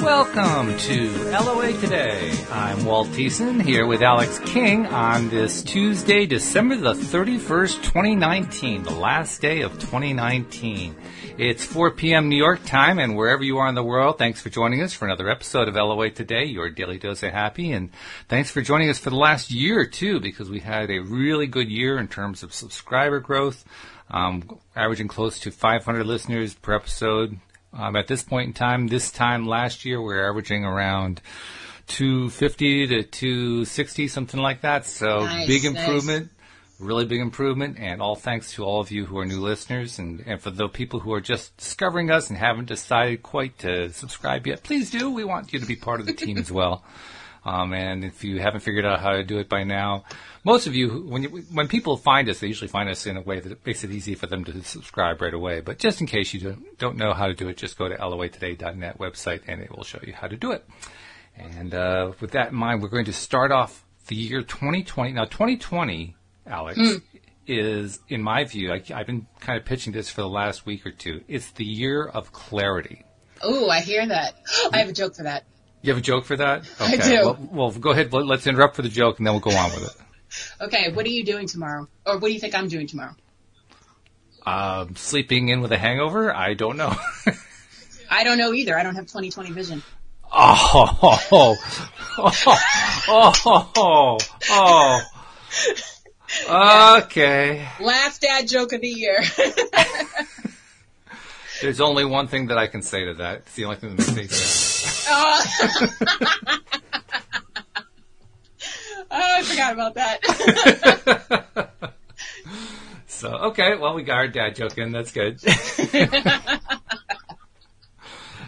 Welcome to LOA Today. I'm Walt Thiessen here with Alex King on this Tuesday, December the 31st, 2019, the last day of 2019. It's 4 p.m. New York time, and wherever you are in the world, thanks for joining us for another episode of LOA Today, your daily dose of happy, and thanks for joining us for the last year too, because we had a really good year in terms of subscriber growth. Um, averaging close to 500 listeners per episode, um, at this point in time, this time last year, we are averaging around 250 to 260, something like that. So Nice, big nice. improvement, really big improvement, and all thanks to all of you who are new listeners, and, and for the people who are just discovering us and haven't decided quite to subscribe yet, please do. We want you to be part of the team as well. Um, and if you haven't figured out how to do it by now, most of you, who- when you, when people find us, they usually find us in a way that makes it easy for them to subscribe right away. But just in case you don't, don't know how to do it, just go to loatoday.net website and it will show you how to do it. And uh, with that in mind, we're going to start off the year 2020. Now, 2020, Alex, is, in my view, I, I've been kind of pitching this for the last week or two. It's the year of clarity. Oh, I hear that. I have a joke for that. You have a joke for that? I Okay. do. Well, well, go ahead. Let- Let's interrupt for the joke, and then we'll go on with it. Okay, what are you doing tomorrow? Or what do you think I'm doing tomorrow? Um, sleeping in with a hangover? I don't know. I don't know either. I don't have 20/20 vision. oh, oh, oh, oh, oh, oh. Okay. Laugh dad joke of the year. Oh, There's only one thing that I can say to that. It's the only thing that makes sense. oh. Oh, I forgot about that. So, okay, well, we got our dad joke in. That's good.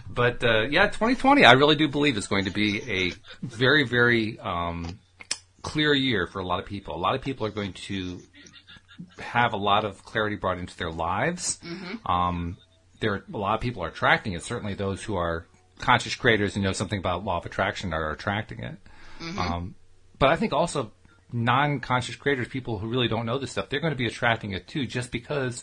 but uh, yeah, 2020, I really do believe is going to be a very, very um, clear year for a lot of people. A lot of people are going to have a lot of clarity brought into their lives. Um, there, a lot of people are attracting it. Certainly, those who are conscious creators and know something about law of attraction are attracting it. Um, but I think also non-conscious creators, people who really don't know this stuff, they're going to be attracting it too, just because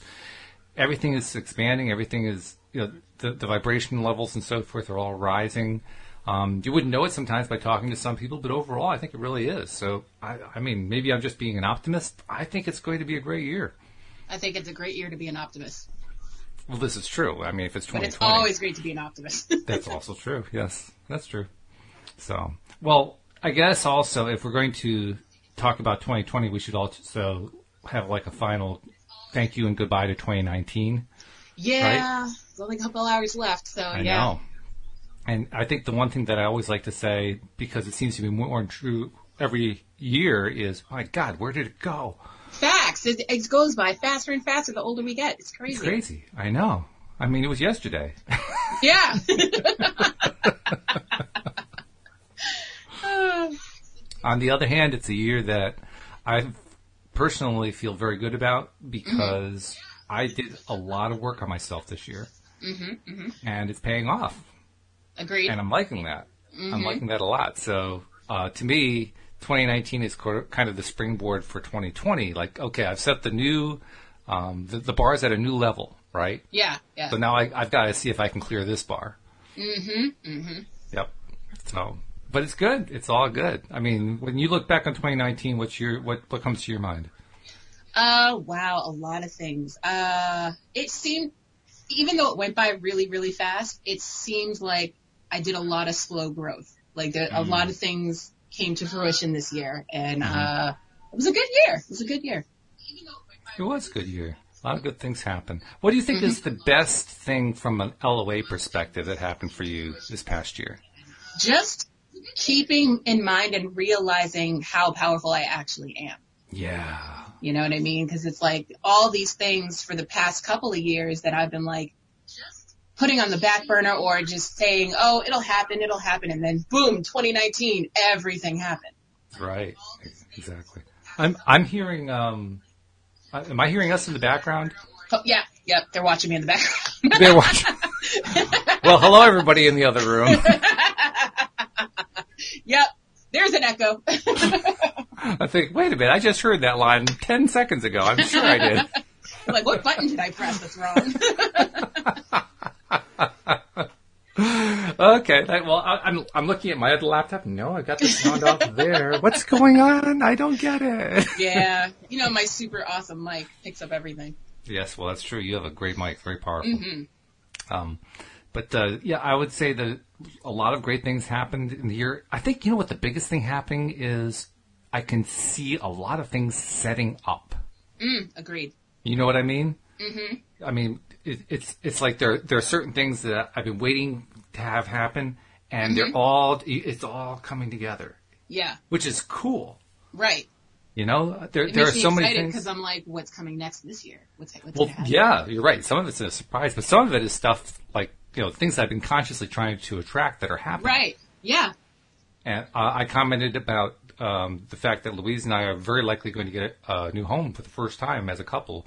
everything is expanding, everything is you know the, the vibration levels and so forth are all rising. Um, you wouldn't know it sometimes by talking to some people, but overall, I think it really is. So, I, I mean, maybe I'm just being an optimist. I think it's going to be a great year. I think it's a great year to be an optimist. Well, this is true. I mean, if it's But it's 2020, always great to be an optimist. That's also true. Yes, that's true. So, well, I guess also if we're going to talk about 2020, we should also have like a final thank you and goodbye to 2019. yeah. There's only a couple hours left, so I yeah. know. And I think the one thing that I always like to say, because it seems to be more true every year, is my God, where did it go? Facts. It, it goes by faster and faster the older we get. It's crazy. It's crazy. I know. I mean, it was yesterday. Yeah. Uh, On the other hand, it's a year that I personally feel very good about because I did a lot of work on myself this year, and it's paying off, agreed. and I'm liking that. I'm liking that a lot. So uh, to me, 2019 is cor- kind of the springboard for 2020. Like, okay, I've set the new, um, the, the bar is at a new level, right? Yeah, yeah. So now I, I've got to see if I can clear this bar. Mm-hmm. Mm-hmm. Yep. So, but it's good. It's all good. I mean, when you look back on 2019, what's your what what comes to your mind? Uh, wow, a lot of things. Uh, it seemed, even though it went by really, really fast, it seemed like I did a lot of slow growth. Like there, a Mm. lot of things came to fruition this year, and Mm-hmm. uh, it was a good year. It was a good year. It was a good year. A lot of good things happened. What do you think is the best thing from an LOA perspective that happened for you this past year? Just keeping in mind and realizing how powerful I actually am. Yeah. You know what I mean? Because it's like all these things for the past couple of years that I've been like putting on the back burner or just saying, oh, it'll happen, it'll happen. And then boom, 2019, everything happened. Right. Exactly. I'm I'm hearing. Um, uh, am I hearing us in the background? Oh, yeah, yep, they're watching me in the background. They're watching. well, hello everybody in the other room. yep, there's an echo. I think, wait a minute, I just heard that line 10 seconds ago. I'm sure I did. like, what button did I press that's wrong? Okay. that- Well, I, I'm I'm looking at my other laptop. No, I got the sound off there. What's going on? I don't get it. Yeah, you know my super awesome mic picks up everything. Yes, well, that's true. You have a great mic, very powerful. hmm Um, but uh, yeah, I would say that a lot of great things happened in the year. I think you know what the biggest thing happening is. I can see a lot of things setting up. Mm, agreed. You know what I mean? Mhm. I mean, it, it's it's like there there are certain things that I've been waiting to have happen, and Mm-hmm. they're all it's all coming together, Yeah, which is cool. right. You know, there It there are makes me so many excited things. because I'm like, what's coming next this year? What's, what's Well, gonna happen? yeah, you're right. Some of it's a surprise, but some of it is stuff like you know things I've been consciously trying to attract that are happening. Right. Yeah. And uh, I commented about um, the fact that Louise and I are very likely going to get a new home for the first time as a couple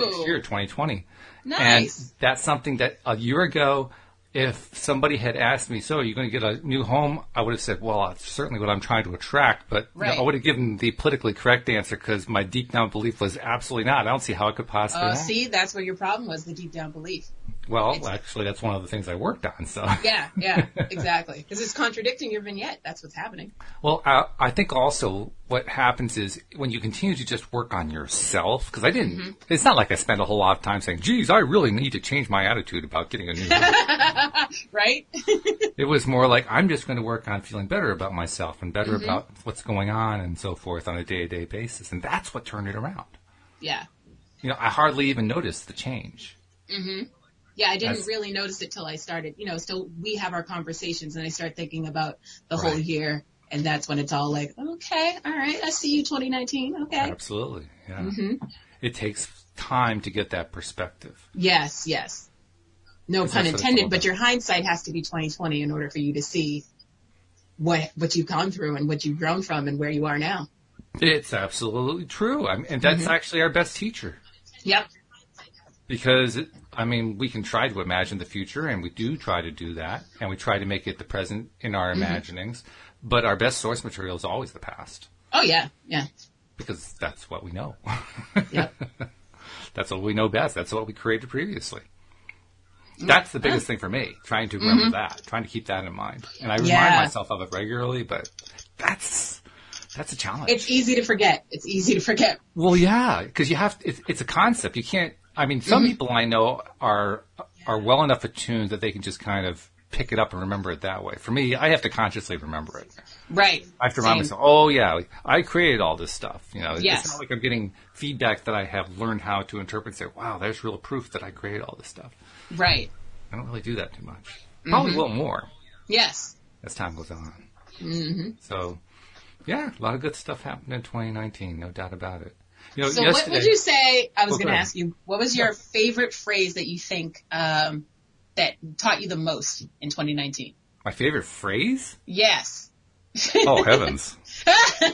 next year, Ooh. 2020. Nice. And that's something that a year ago, if somebody had asked me, so are you going to get a new home? I would have said, well, that's certainly what I'm trying to attract, but you know, Right. I would have given the politically correct answer because my deep down belief was absolutely not. I don't see how it could possibly Oh, happen. see, that's where your problem was the deep down belief. Well, It's- actually, that's one of the things I worked on. So, Yeah, yeah, exactly. Because it's contradicting your vignette. That's what's happening. well, I, I think also what happens is when you continue to just work on yourself, because I didn't, Mm-hmm. it's not like I spent a whole lot of time saying, geez, I really need to change my attitude about getting a new home. Right? it was more like, I'm just going to work on feeling better about myself and better about what's going on and so forth on a day to day basis. And that's what turned it around. yeah. You know, I hardly even noticed the change. Yeah, I didn't That's- really notice it till I started, you know, so we have our conversations and I start thinking about the whole Right. year and that's when it's all like, okay, all right, I see you 2019. Okay. Absolutely. Yeah. It takes time to get that perspective. Yes, yes. No Because that's pun what it's all intended, about. but your hindsight has to be 2020 in order for you to see what, what you've gone through and what you've grown from and where you are now. It's absolutely true. I mean, and that's actually our best teacher Yep. because, it, I mean, we can try to imagine the future and we do try to do that and we try to make it the present in our imaginings, but our best source material is always the past Oh yeah. Yeah. because that's what we know. Yep. that's what we know best. That's what we created previously. Mm. That's the biggest thing for me, trying to remember that, trying to keep that in mind. And I remind Mm-hmm. Yeah. myself of it regularly, but that's, that's a challenge. it's easy to forget. It's easy to forget. Well, yeah, because you have to, it's, it's a concept. You can't. I mean, some Mm-hmm. people I know are are well enough attuned that they can just kind of pick it up and remember it that way. For me, I have to consciously remember it. Right. I have to remind Same. myself, oh yeah, like, I created all this stuff. You know, it's Yes. not like I'm getting feedback that I have learned how to interpret. and Say, wow, there's real proof that I created all this stuff. Right. I don't really do that too much. Probably Mm-hmm. a little more Yes. as time goes on. Mm-hmm. So, yeah, a lot of good stuff happened in 2019, no doubt about it. You know, So yesterday, what would you say? I Oh, was go going to ahead. ask you, what was your favorite phrase that you think um, that taught you the most in 2019? my favorite phrase. Yes. Oh heavens!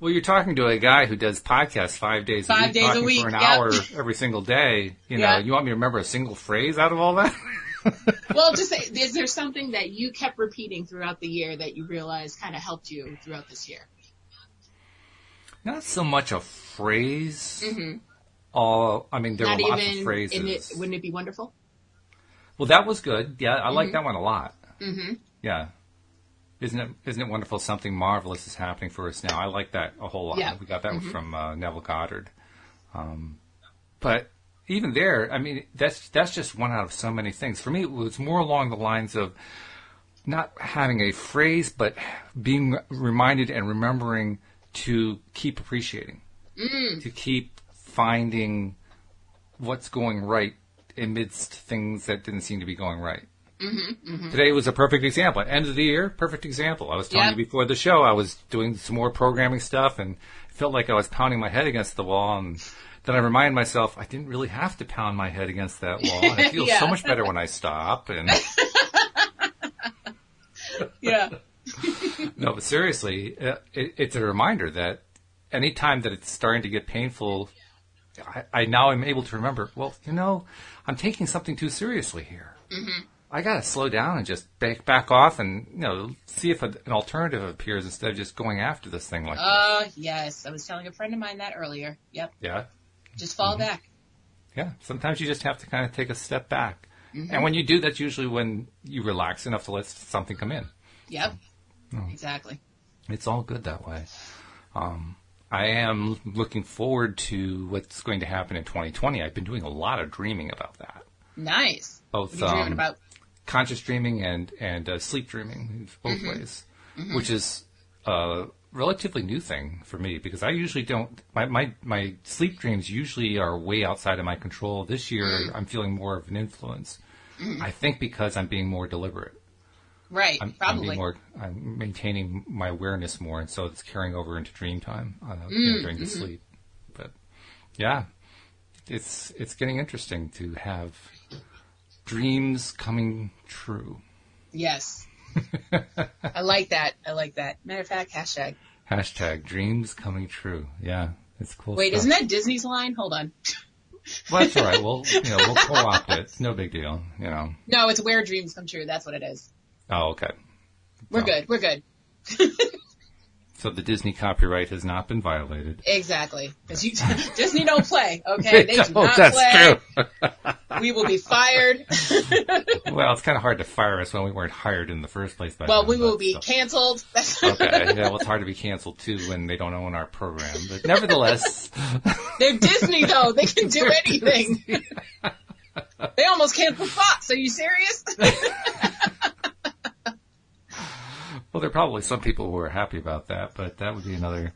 well, you're talking to a guy who does podcasts five days a Five week, days a talking week, for an yep. hour every single day. You know, Yeah. you want me to remember a single phrase out of all that? Well, just say, is there something that you kept repeating throughout the year that you realized kind of helped you throughout this year? Not so much a phrase. All I mean, there Mm-hmm. Not were lots even of phrases. in it. Wouldn't it be wonderful? well, that was good. Yeah, I like that one a lot. Mhm. Yeah. Isn't it isn't it wonderful? Something marvelous is happening for us now. I like that a whole lot. Yeah. We got that one from uh, Neville Goddard. Um, but even there, I mean, that's that's just one out of so many things. For me, it was more along the lines of not having a phrase, but being reminded and remembering to keep appreciating, to keep finding what's going right amidst things that didn't seem to be going right. Mm-hmm, Today was a perfect example. End of the year, perfect example. I was telling Yep. you before the show, I was doing some more programming stuff and felt like I was pounding my head against the wall. And then I reminded myself, I didn't really have to pound my head against that wall. And I feel Yeah. so much better when I stop. And Yeah. no, but seriously, uh, it, it's a reminder that anytime that it's starting to get painful, I, I now am able to remember, well, you know, I'm taking something too seriously here. Mm-hmm. I got to slow down and just back, back off and, you know, see if an alternative appears instead of just going after this thing like Oh, yes. I was telling a friend of mine that earlier. Yep. Yeah. Mm-hmm. Just fall back. Yeah. Sometimes you just have to kind of take a step back And when you do, that's usually when you relax enough to let something come in. Yep. Oh. Exactly. It's all good that way. Um, I am looking forward to what's going to happen in 2020. I've been doing a lot of dreaming about that, Nice. both What are you dreaming um, about? conscious dreaming and and uh, sleep dreaming, both ways, which is a relatively new thing for me because I usually don't. My my, my sleep dreams usually are way outside of my control. This year, I'm feeling more of an influence. I think because I'm being more deliberate. Right. I'm, I'm probably. being more. I'm maintaining my awareness more, and so it's carrying over into dream time uh, you Mm, know, during the mm-hmm. sleep. But yeah, it's it's getting interesting to have dreams coming true. Yes. I like that. I like that. Matter of fact, hashtag. Hashtag dreams coming true. Yeah, it's cool. Wait, stuff. isn't that Disney's line? Hold on. Well, that's all right. We'll you know we'll co-opt it. It's no big deal. You know. No, it's where dreams come true. That's what it is. Oh, okay. We're No. good. We're good. So the Disney copyright has not been violated. Exactly. Because you Disney don't play. Okay, they do Oh, not that's play. We will be fired. true. Well, it's kind of hard to fire us when we weren't hired in the first place. By well, then, we will but be still. canceled. That's- okay. Yeah, well, it's hard to be canceled too when they don't own our program. But nevertheless, They're Disney though. They can do anything. they almost canceled Fox. Are you serious? well, there are probably some people who are happy about that, but that would be another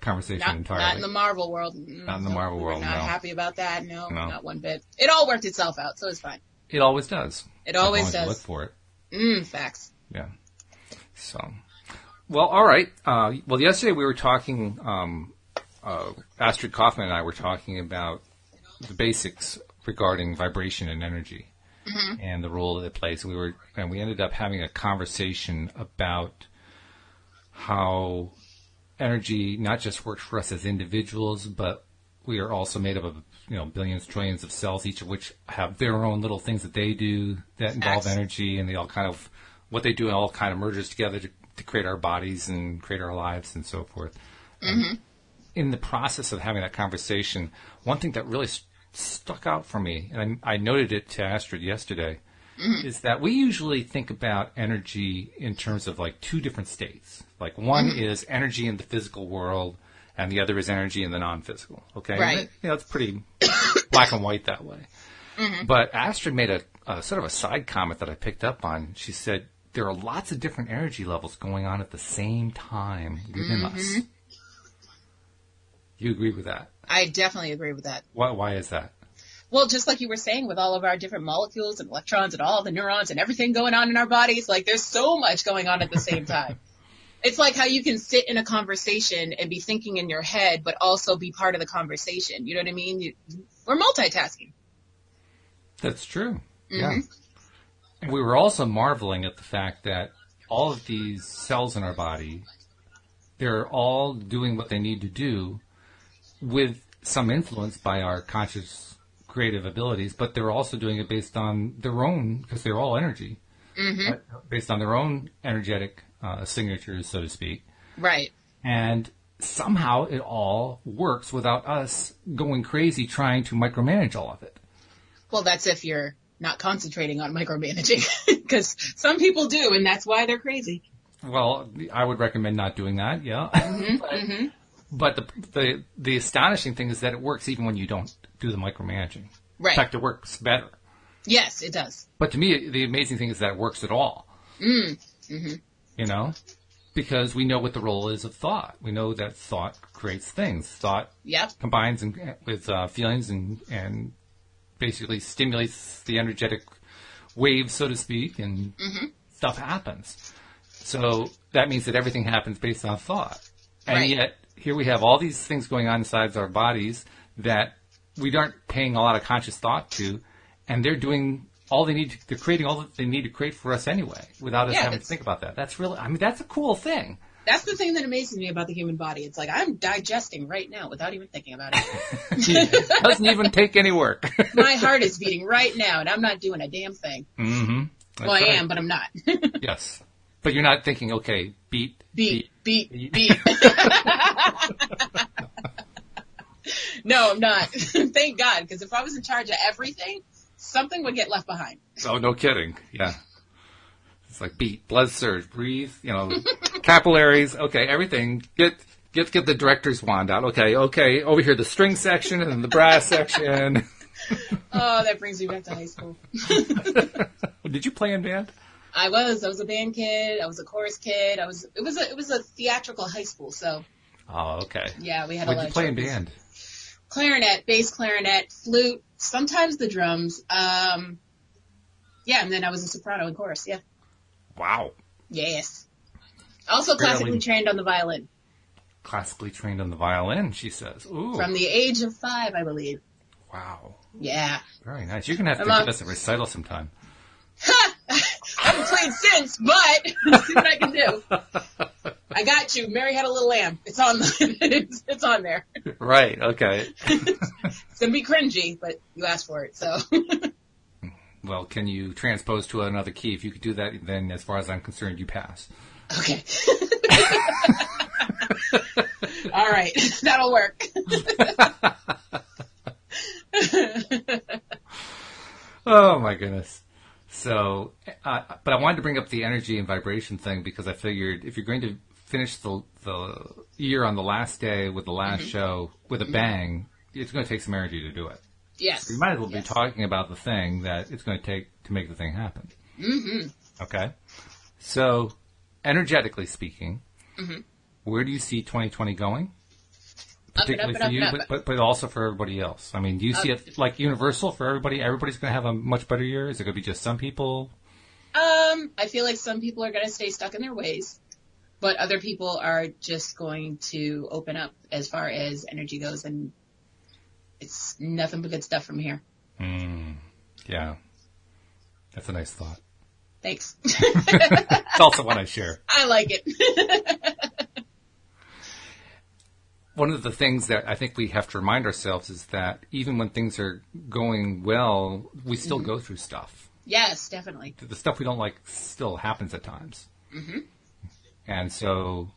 conversation not, entirely. not in the Marvel world. Not in the Marvel world, We're not no. happy about that. No, No. not one bit. It all worked itself out, so it's fine. it always does. It always as long as you does. look for it. Mm, facts. Yeah. So, well, all right. Uh, well, yesterday we were talking. Um, uh, Astrid Kaufman and I were talking about the basics regarding vibration and energy and the role that it plays. We were, and we ended up having a conversation about how energy not just works for us as individuals, but we are also made up of you know billions, trillions of cells, each of which have their own little things that they do that involve Facts. energy, and they all kind of what they do all kind of merges together to, to create our bodies and create our lives and so forth. And in the process of having that conversation, one thing that really st- stuck out for me, and I, I noted it to Astrid yesterday, is that we usually think about energy in terms of like two different states. Like one is energy in the physical world, and the other is energy in the non-physical. Okay, And Right. it- You know, it's pretty black and white that way. But Astrid made a, a sort of a side comment that I picked up on. She said there are lots of different energy levels going on at the same time within us. You agree with that? I definitely agree with that. Why, why is that? Well, just like you were saying with all of our different molecules and electrons and all the neurons and everything going on in our bodies, like there's so much going on at the same time. It's like how you can sit in a conversation and be thinking in your head, but also be part of the conversation. You know what I mean? You, we're multitasking. That's true. Yeah. And we were also marveling at the fact that all of these cells in our body, they're all doing what they need to do with some influence by our conscious creative abilities, but they're also doing it based on their own, because they're all energy, uh, based on their own energetic uh, signatures, so to speak. Right. And somehow it all works without us going crazy trying to micromanage all of it. Well, that's if you're not concentrating on micromanaging because some people do and that's why they're crazy. Well, I would recommend not doing that. Yeah. but but the, the the astonishing thing is that it works even when you don't do the micromanaging. In Right. fact, it works better. Yes, it does. But to me, the amazing thing is that it works at all. You know, because we know what the role is of thought. We know that thought creates things. Thought Yep. combines and, with uh, feelings and and basically stimulates the energetic wave, so to speak, and Mm-hmm. stuff happens. So that means that everything happens based on thought, and Right. yet here we have all these things going on inside our bodies that we aren't paying a lot of conscious thought to, and they're doing all they need. To, they're creating all that they need to create for us anyway, without us Yeah, having to that's- think about that. That's really, I mean, that's a cool thing. That's the thing that amazes me about the human body. It's like I'm digesting right now without even thinking about it. it doesn't even take any work. my heart is beating right now and I'm not doing a damn thing. mm-hmm. well, I am, but I'm not. Yes. But you're not thinking, okay, beat, beat, beat, beat. no, I'm not. Thank God, because if I was in charge of everything, something would get left behind. Oh, no kidding. Yeah. It's like beat, blood surge, breathe, you know, capillaries. Okay, everything. Get get get the director's wand out. Okay, okay. Over here, the string section and the brass section. Oh, that brings me back to high school. Did you play in band? I was, I was a band kid, I was a chorus kid, I was, it was a, it was a theatrical high school, so Oh, okay. yeah, we had a What lot did you of play in troubles. band? clarinet, bass clarinet, flute, sometimes the drums. Um, yeah, and then I was a soprano in chorus. Yeah, Wow. yes. Also classically Really? trained on the violin Classically trained on the violin, she says. Ooh. from the age of five, I believe. wow. Yeah, Very nice. You're gonna have to I'm, uh, give us a recital sometime. I haven't played since, but see what I can do. I got you. Mary had a little lamb. It's on. The, it's, it's on there. Right. Okay. It's gonna be cringy, but you asked for it, so Well, can you transpose to another key? If you could do that, then as far as I'm concerned, you pass. okay. All right, that'll work. Oh my goodness. So, uh, but I wanted to bring up the energy and vibration thing because I figured if you're going to finish the the year on the last day with the last show with a bang, it's going to take some energy to do it. Yes. You might as well Yes. be talking about the thing that it's going to take to make the thing happen. Mm-hmm. Okay. So, energetically speaking, Mm-hmm. where do you see 2020 going? Up and up Particularly and up for you, and but, up. but but also for everybody else. I mean, do you see Up. it like universal for everybody? Everybody's going to have a much better year. Is it going to be just some people? Um, I feel like some people are going to stay stuck in their ways, but other people are just going to open up as far as energy goes, and it's nothing but good stuff from here. Yeah, that's a nice thought. Thanks. It's also one I share. I like it. One of the things that I think we have to remind ourselves is that even when things are going well, we still Mm-hmm. go through stuff. yes, definitely. the stuff we don't like still happens at times. Mm-hmm. And so,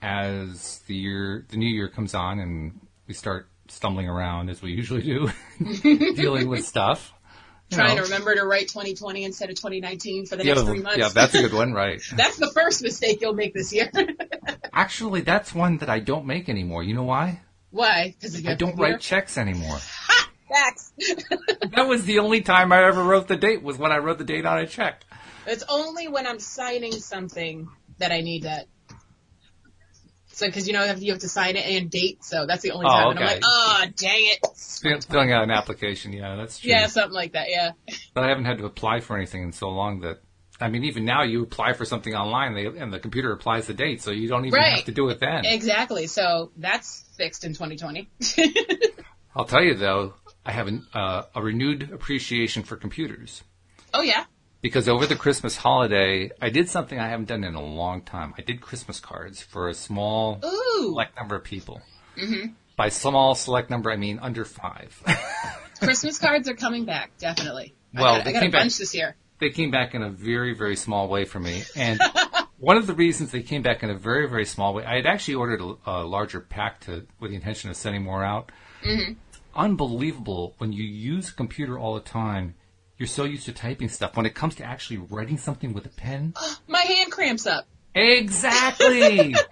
as the year, the new year comes on, and we start stumbling around as we usually do, dealing with stuff. you Trying know. to remember to write 2020 instead of 2019 for the yeah, next the- three months. yeah, that's a good one, right? That's the first mistake you'll make this year. Actually, that's one that I don't make anymore. You know why? Why? Because I don't write checks anymore. facts. that was the only time I ever wrote the date was when I wrote the date on a check. It's only when I'm signing something that I need that. So, because you know, you have- you have to sign it and date, so that's the only Oh, time. And I'm okay. like, oh, dang it. Fill- Filling out an application, yeah, that's true. Yeah, something like that, yeah. But I haven't had to apply for anything in so long that I mean, even now you apply for something online, they, and the computer applies the date, so you don't even Right. have to do it then. Exactly. So that's fixed in 2020. I'll tell you though, I have an, uh, a renewed appreciation for computers oh, yeah. because over the Christmas holiday, I did something I haven't done in a long time. I did Christmas cards for a small Ooh. Mm-hmm. select number of people. By small select number, I mean under five. Christmas cards are coming back, definitely. Well, I got, they I got a came back- bunch this year. they came back in a very, very small way for me. And one of the reasons they came back in a very, very small way, I had actually ordered a, a larger pack to, with the intention of sending more out. Unbelievable when you use a computer all the time. You're so used to typing stuff. When it comes to actually writing something with a pen, My hand cramps up. exactly,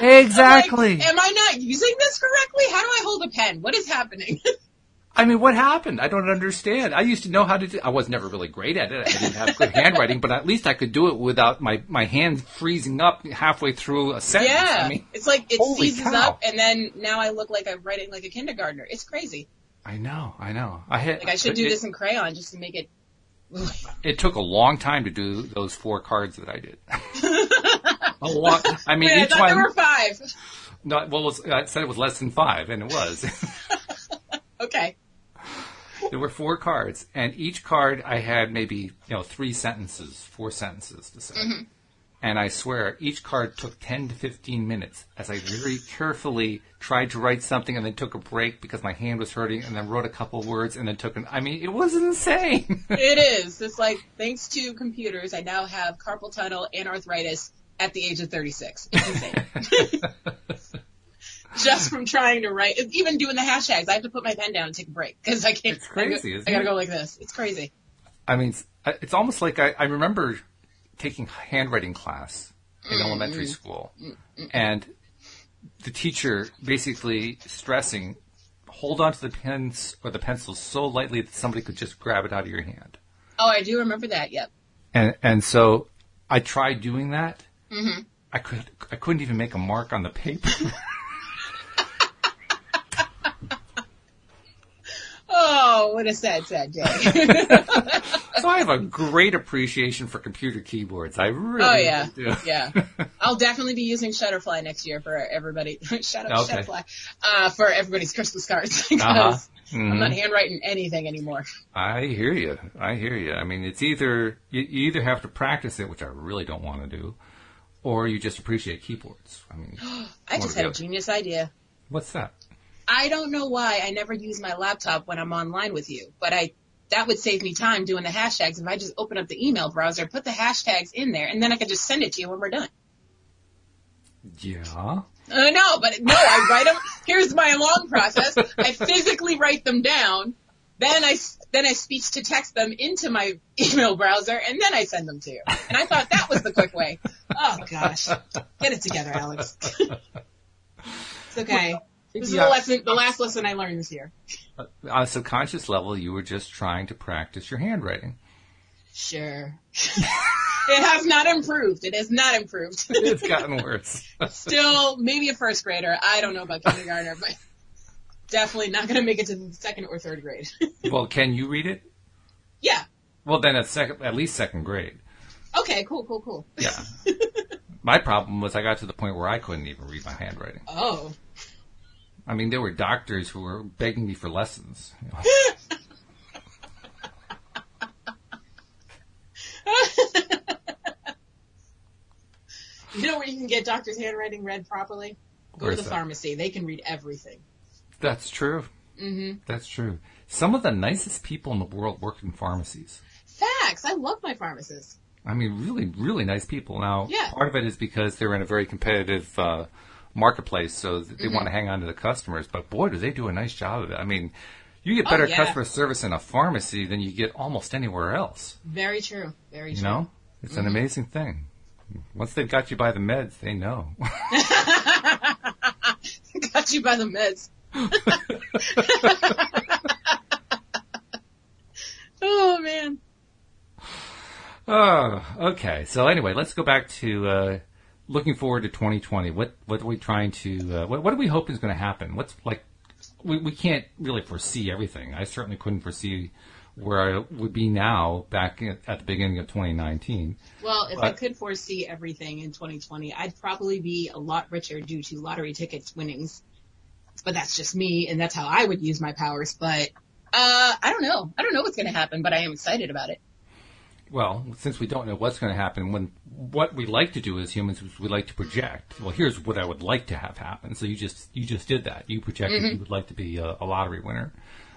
Like, exactly. am I not using this correctly? How do I hold a pen? What is happening? I mean, what happened? I don't understand. I used to know how to do. I was never really great at it. I didn't have good handwriting, but at least I could do it without my my hands freezing up halfway through a sentence. yeah. I mean, it's like it holy seizes cow. up, and then now I look like I'm writing like a kindergartner. It's crazy. I know, I know. I had. Like I should do it, this in crayon just to make it. It took a long time to do those four cards that I did. a long. I mean, Wait, I each thought one. there were five. no, well, it was, I said it was less than five, and it was. Okay. there were four cards, and each card I had maybe you know three sentences, four sentences to say. And I swear, each card took ten to fifteen minutes as I very carefully tried to write something, and then took a break because my hand was hurting, and then wrote a couple words, and then took an. I mean, it was insane. It is. It's like thanks to computers, I now have carpal tunnel and arthritis at the age of 36. It's insane. just from trying to write, even doing the hashtags. I have to put my pen down and take a break because I can't. It's crazy, I, isn't I gotta it? go like this. It's crazy. I mean, it's, uh, it's almost like I, I remember taking handwriting class in Mm, elementary school, and the teacher basically stressing, hold on to the pens or the pencils so lightly that somebody could just grab it out of your hand. Oh, I do remember that. Yep. And and so I tried doing that. Mm-hmm. I could I couldn't even make a mark on the paper. Oh, what a sad, sad day. so I have a great appreciation for computer keyboards. I really Oh yeah, do. yeah. I'll definitely be using Shutterfly next year for everybody. Shut up, Okay. Shutterfly. Uh, for everybody's Christmas cards because Uh-huh. I'm not handwriting anything anymore. I hear you. I hear you. I mean, it's either you, you either have to practice it, which I really don't want to do, or you just appreciate keyboards. I mean, I What are just had the a other- genius idea. what's that? I don't know why I never use my laptop when I'm online with you, but I that would save me time doing the hashtags if I just open up the email browser, put the hashtags in there, and then I could just send it to you when we're done. Yeah. Uh, no, but no, I write them. Here's my long process. I physically write them down. Then I, s- then I speech to text them into my email browser and then I send them to you. And I thought that was the quick way. Oh gosh. Get it together, Alex. it's okay. This is Yeah. the lesson, the last lesson I learned this year. On a subconscious level, you were just trying to practice your handwriting. Sure. it has not improved. It has not improved. It's gotten worse. Still, maybe a first grader. I don't know about kindergartner, but definitely not going to make it to the second or third grade. well, can you read it? yeah. Well, then at second, at least second grade. Okay, cool, cool, cool. Yeah. my problem was I got to the point where I couldn't even read my handwriting. Oh. I mean, there were doctors who were begging me for lessons. you know. You know where you can get doctor's handwriting read properly? Go Where's to the that? pharmacy. They can read everything. That's true. Mm-hmm. That's true. Some of the nicest people in the world work in pharmacies. Facts. I love my pharmacist. I mean, really, really nice people. Now, Yeah. part of it is because they're in a very competitive uh, marketplace, so th- Mm-hmm. they want to hang on to the customers. But boy, do they do a nice job of it. I mean, you get Oh, better yeah. customer service in a pharmacy than you get almost anywhere else. Very true. Very You true. know, it's an Mm-hmm. amazing thing. Once they've got you by the meds, they know. Got you by the meds. oh man. oh, okay. So anyway, let's go back to uh, looking forward to 2020. What what are we trying to? Uh, what, what are we hoping is going to happen? What's like? We, we can't really foresee everything. I certainly couldn't foresee where I would be now back at, at the beginning of 2019. Well, if I But- could foresee everything in 2020, I'd probably be a lot richer due to lottery tickets winnings. But that's just me, and that's how I would use my powers. But uh, I don't know. I don't know what's going to happen, but I am excited about it. Well, since we don't know what's going to happen, when what we like to do as humans is we like to project. Well, here's what I would like to have happen. So you just you just did that. You projected you would like to be a, a lottery winner,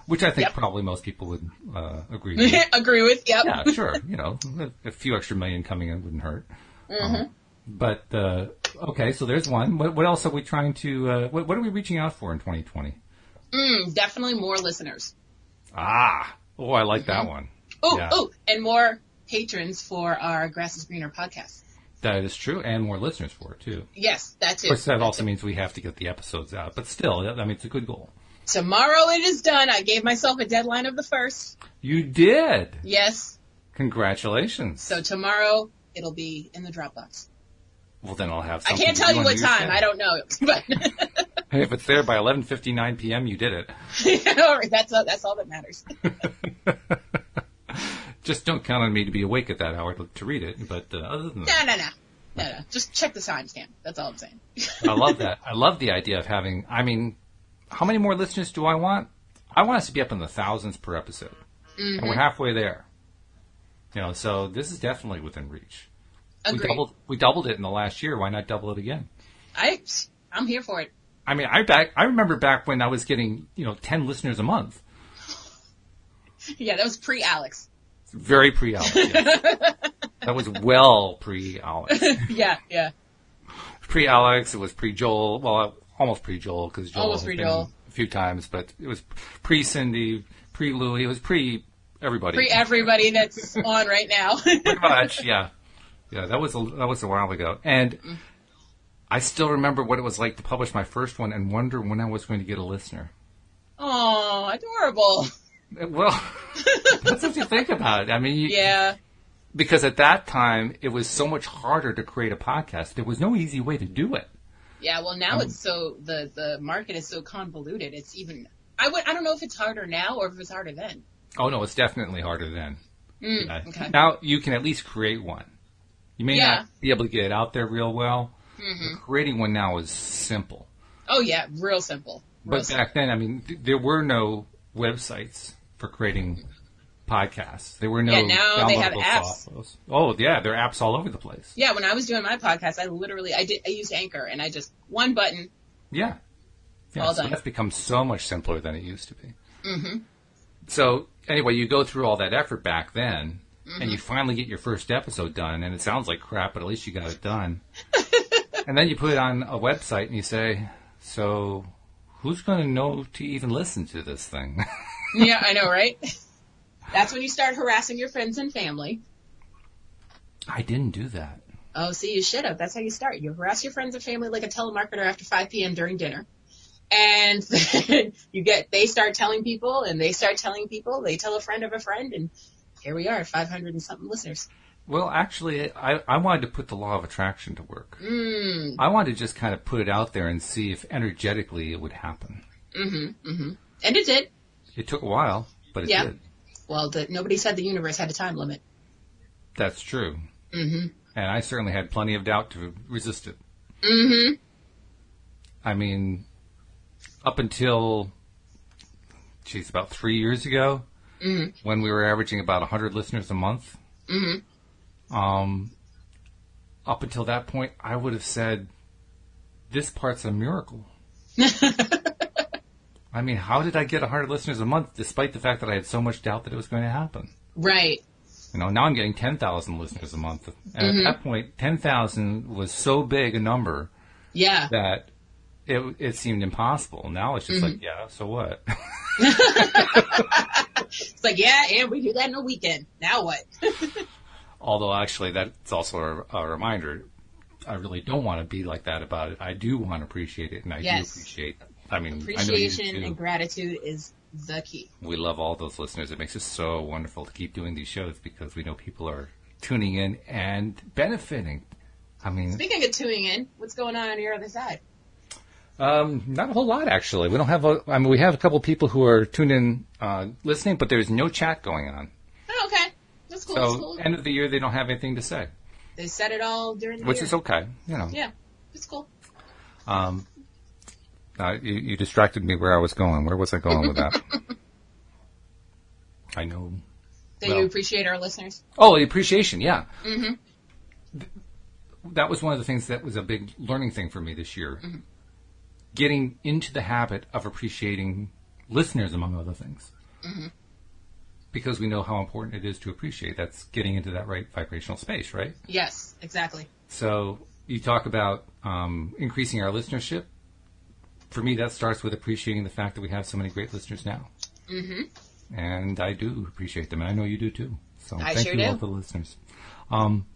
which I think Yep. probably most people would uh, agree with. Agree with? Yep. yeah, sure. You know, a, a few extra million coming in wouldn't hurt. Mm-hmm. Um, but uh, okay, so there's one. What, what else are we trying to? Uh, what, what are we reaching out for in 2020? Mm, definitely more listeners. Ah, oh, I like that one. Oh, Yeah. oh, and more patrons for our Grass is Greener podcast. That is true, and more listeners for it too. Yes, that's Of course, it. that also means we have to get the episodes out. But still, that- I mean, it's a good goal. Tomorrow it is done. I gave myself a deadline of the first. You did. Yes. Congratulations. So tomorrow it'll be in the Dropbox. well, then I'll have. I Something can't tell you wanna what use time. then. I don't know, but Hey, if it's there by 11:59 p.m., you did it. that's all, that's all that matters. Just don't count on me to be awake at that hour to, to read it. But uh, other than that, No, no, no, no, no. Just check the timestamp. That's all I'm saying. I love that. I love the idea of having. I mean, how many more listeners do I want? I want us to be up in the thousands per episode, and we're halfway there. You know, so this is definitely within reach. We Agreed. doubled. We doubled it in the last year. Why not double it again? I, I'm here for it. I mean, I back. I remember back when I was getting you know ten listeners a month. Yeah, that was pre-Alex. Very pre Alex. that was well pre Alex. Yeah, yeah. Pre Alex. It was pre Joel. Well, almost pre Joel because Joel Almost has pre-Joel. been a few times, but it was pre Cindy, pre Louie. It was pre everybody. Free everybody that's on right now. pretty much, yeah, yeah. That was a, that was a while ago, and I still remember what it was like to publish my first one and wonder when I was going to get a listener. Eh, oh, adorable. Well, that's what you think about. it. I mean, you, Yeah. because at that time it was so much harder to create a podcast. There was no easy way to do it. Yeah, well now it's so the the market is so convoluted. It's even I would I don't know if it's harder now or if it's harder then. Oh no, it's definitely harder then. Yeah. Mm, okay. Now you can at least create one. You may Yeah. Mm-hmm. not be able to get it out there real well. But creating one now is simple. Oh yeah, real simple. Real But back then, I mean, th- there were no websites for creating podcasts. There were no Yeah, now they have downloadable apps. softwares. Oh yeah, there are apps all over the place. Yeah, when I was doing my podcast, I literally I did I used Anchor and I just one button. Yeah. Yeah, All so done. that's become so much simpler than it used to be. Mm-hmm. So anyway, you go through all that effort back then, and you Mm-hmm. finally get your first episode done, and it sounds like crap, but at least you got it done. and then you put it on a website, and you say, "So, who's going to know to even listen to this thing?" Yeah, I know, right? That's when you start harassing your friends and family. I didn't do that. Oh, see, you should have. That's how you start. You harass your friends and family like a telemarketer after 5 p.m. during dinner. And you get, they start telling people and they start telling people, they tell a friend of a friend and here we are, 500 and something listeners. Well, actually, I, I wanted to put the law of attraction to work. Mm, I wanted to just kind of put it out there and see if energetically it would happen. mm-hmm, mm-hmm. And it did. It took a while, but it Yeah. did. Well, the, nobody said the universe had a time limit. That's true. Mm-hmm. And I certainly had plenty of doubt to resist it. Mm-hmm. I mean, up until, geez, about three years ago, Mhm. when we were averaging about 100 listeners a month, Mhm. um, up until that point, I would have said, this part's a miracle. I mean, how did I get 100 listeners a month despite the fact that I had so much doubt that it was going to happen? Right. You know, now I'm getting 10,000 listeners a month. And Mm-hmm. at that point, 10,000 was so big a number Yeah. that it, it seemed impossible. Now it's just Mm-hmm. like, yeah, so what? It's like, yeah, and we do that in a weekend. Now what? Although, actually, that's also a, a reminder. I really don't want to be like that about it. I do want to appreciate it, and I Yes. do appreciate. I mean, I Appreciation know you and too. gratitude is the key. We love all those listeners. It makes it so wonderful to keep doing these shows because we know people are tuning in and benefiting. I mean, Speaking of tuning in, what's going on on your other side? Um, not a whole lot actually. We don't have. A, I mean, we have a couple people who are tuned in, uh, listening, but there's no chat going on. Oh, okay. That's cool. that's So cool. end of the year, they don't have anything to say, They said it all during the which year. is okay. You know, yeah, it's cool. um, uh, you, you distracted me where I was going. Where was I going with that? I know. That Well- you appreciate our listeners. Oh, the appreciation. Yeah. Mm-hmm. that was one of the things that was a big learning thing for me this year. Getting into the habit of appreciating listeners, among other things. Because we know how important it is to appreciate. That's getting into that right vibrational space, right? Yes, exactly. So you talk about um, increasing our listenership. For me, that starts with appreciating the fact that we have so many great listeners now. Mm-hmm. And I do appreciate them, and I know you do too. So I thank sure you all do. for the listeners. Um,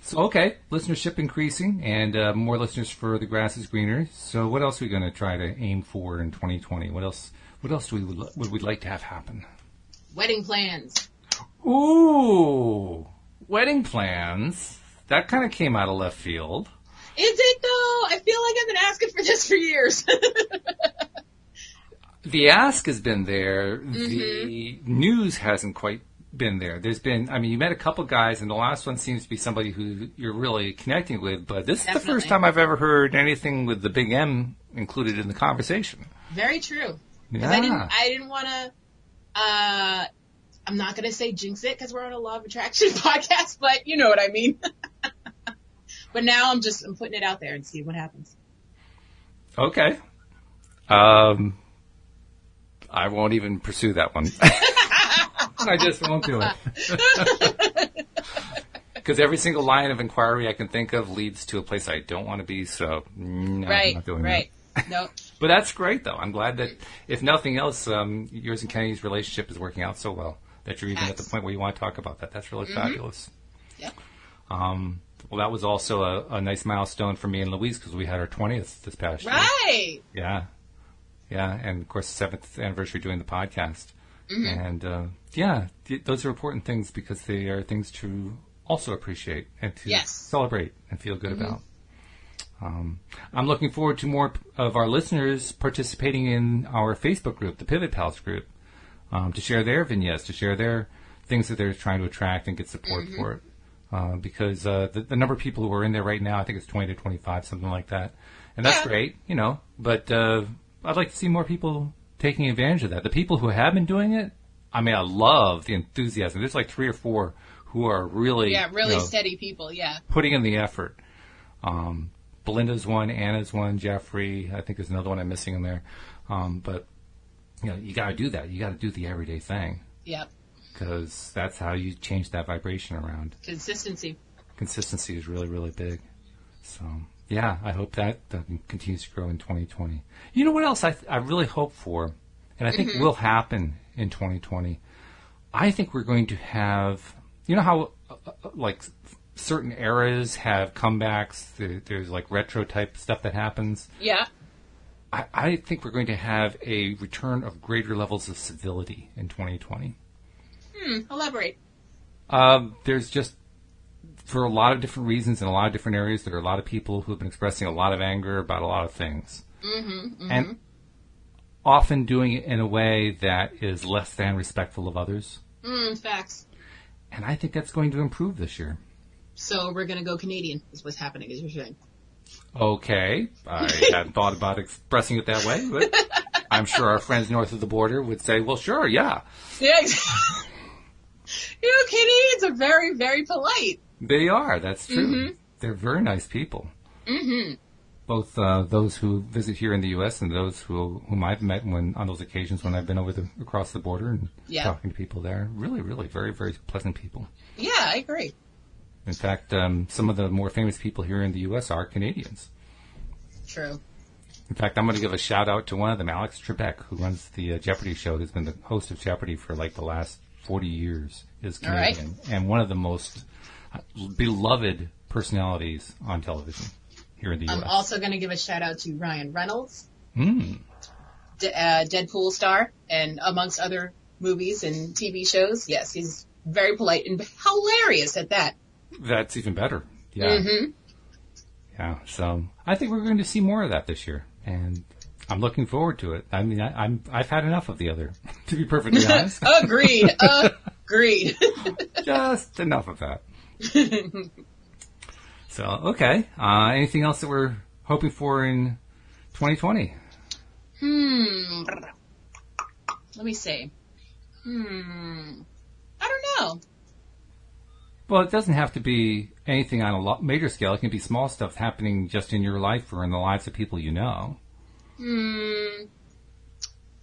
so okay, listenership increasing, and uh, more listeners for the grass is greener. So what else are we going to try to aim for in 2020? What else? What else do we would, would we like to have happen? Wedding plans. Ooh, wedding plans. That kind of came out of left field. Is it though? I feel like I've been asking for this for years. the ask has been there. The Mm-hmm. news hasn't quite been there. There's been, I mean, you met a couple guys, and the last one seems to be somebody who you're really connecting with. But this is the Definitely. first time I've ever heard anything with the big M included in the conversation. Very true. 'Cause Yeah, I didn't. I didn't want to. Uh, I'm not gonna say jinx it because we're on a law of attraction podcast, but you know what I mean. but now I'm just I'm putting it out there and see what happens. okay. Um, I won't even pursue that one. I just won't do it. Because every single line of inquiry I can think of leads to a place I don't want to be, so no, I'm right. not doing that. right. Nope. But that's great, though. I'm glad that, if nothing else, um, yours and Kenny's relationship is working out so well that you're even at the Yes. point where you want to talk about that. That's really fabulous. Yep. Um, well, that was also a, a nice milestone for me and Louise because we had our 20th this past year. Right. Yeah. Yeah. And of course, the seventh anniversary doing the podcast. And uh, yeah, th- those are important things because they are things to also appreciate and to Yes. celebrate and feel good about. Um, I'm looking forward to more p- of our listeners participating in our Facebook group, the Pivot Pals group, um, to share their vignettes, to share their things that they're trying to attract and get support Mm-hmm. for it. Uh, because uh, the, the number of people who are in there right now, I think it's 20 to 25, something like that. And that's Yeah. great, you know, but uh, I'd like to see more people taking advantage of that. The people who have been doing it, I mean, I love the enthusiasm. There's like three or four who are really, Yeah, you really know, steady people. Yeah. putting in the effort. Um, Belinda's one, Anna's one, Jeffrey. I think there's another one I'm missing in there. Um, but you know, you got to do that. You got to do the everyday thing Yep. because that's how you change that vibration around. Consistency. Consistency is really, really big. So yeah, I hope that, that continues to grow in 2020. You know what else I I really hope for, and I think will happen in 2020. I think we're going to have. You know how uh, uh, like certain eras have comebacks. There- There's like retro type stuff that happens. Yeah. I, I think we're going to have a return of greater levels of civility in 2020. Hmm. Elaborate. Um, there's just for a lot of different reasons in a lot of different areas, there are a lot of people who have been expressing a lot of anger about a lot of things, mm-hmm, and often doing it in a way that is less than respectful of others. Hmm. Facts. And I think that's going to improve this year. So we're gonna go Canadian. Is what's happening. Is what you're saying. Okay, I hadn't thought about expressing it that way, but I'm sure our friends north of the border would say, "Well, sure, yeah." Yeah. you know, Canadians are very, very polite. They are. That's true. They're very nice people. Mm-hmm. Both uh, those who visit here in the U.S. and those who whom I've met when on those occasions when I've been over the across the border and Yeah. talking to people there. Really, really, very, very pleasant people. Yeah, I agree. In fact, um, some of the more famous people here in the U.S. are Canadians. True. In fact, I'm going to give a shout out to one of them, Alex Trebek, who runs the uh, Jeopardy show, who's been the host of Jeopardy for like the last 40 years, is All right. Canadian and one of the most uh, beloved personalities on television here in the I'm U.S. also gonna give a shout out to Ryan Reynolds, Mm. D- uh, Deadpool star, and amongst other movies and TV shows. Yes, he's very polite and hilarious at that. That's even better. Yeah. Mhm. Yeah. So I think we're going to see more of that this year, and I'm looking forward to it. I mean, I, I'm I've had enough of the other, to be perfectly honest. Agreed. Agreed. Just enough of that. so okay. Uh, anything else that we're hoping for in 2020? hmm. Let me see. Hmm. I don't know. Well, it doesn't have to be anything on a lo- major scale. It can be small stuff happening just in your life or in the lives of people you know. Hmm.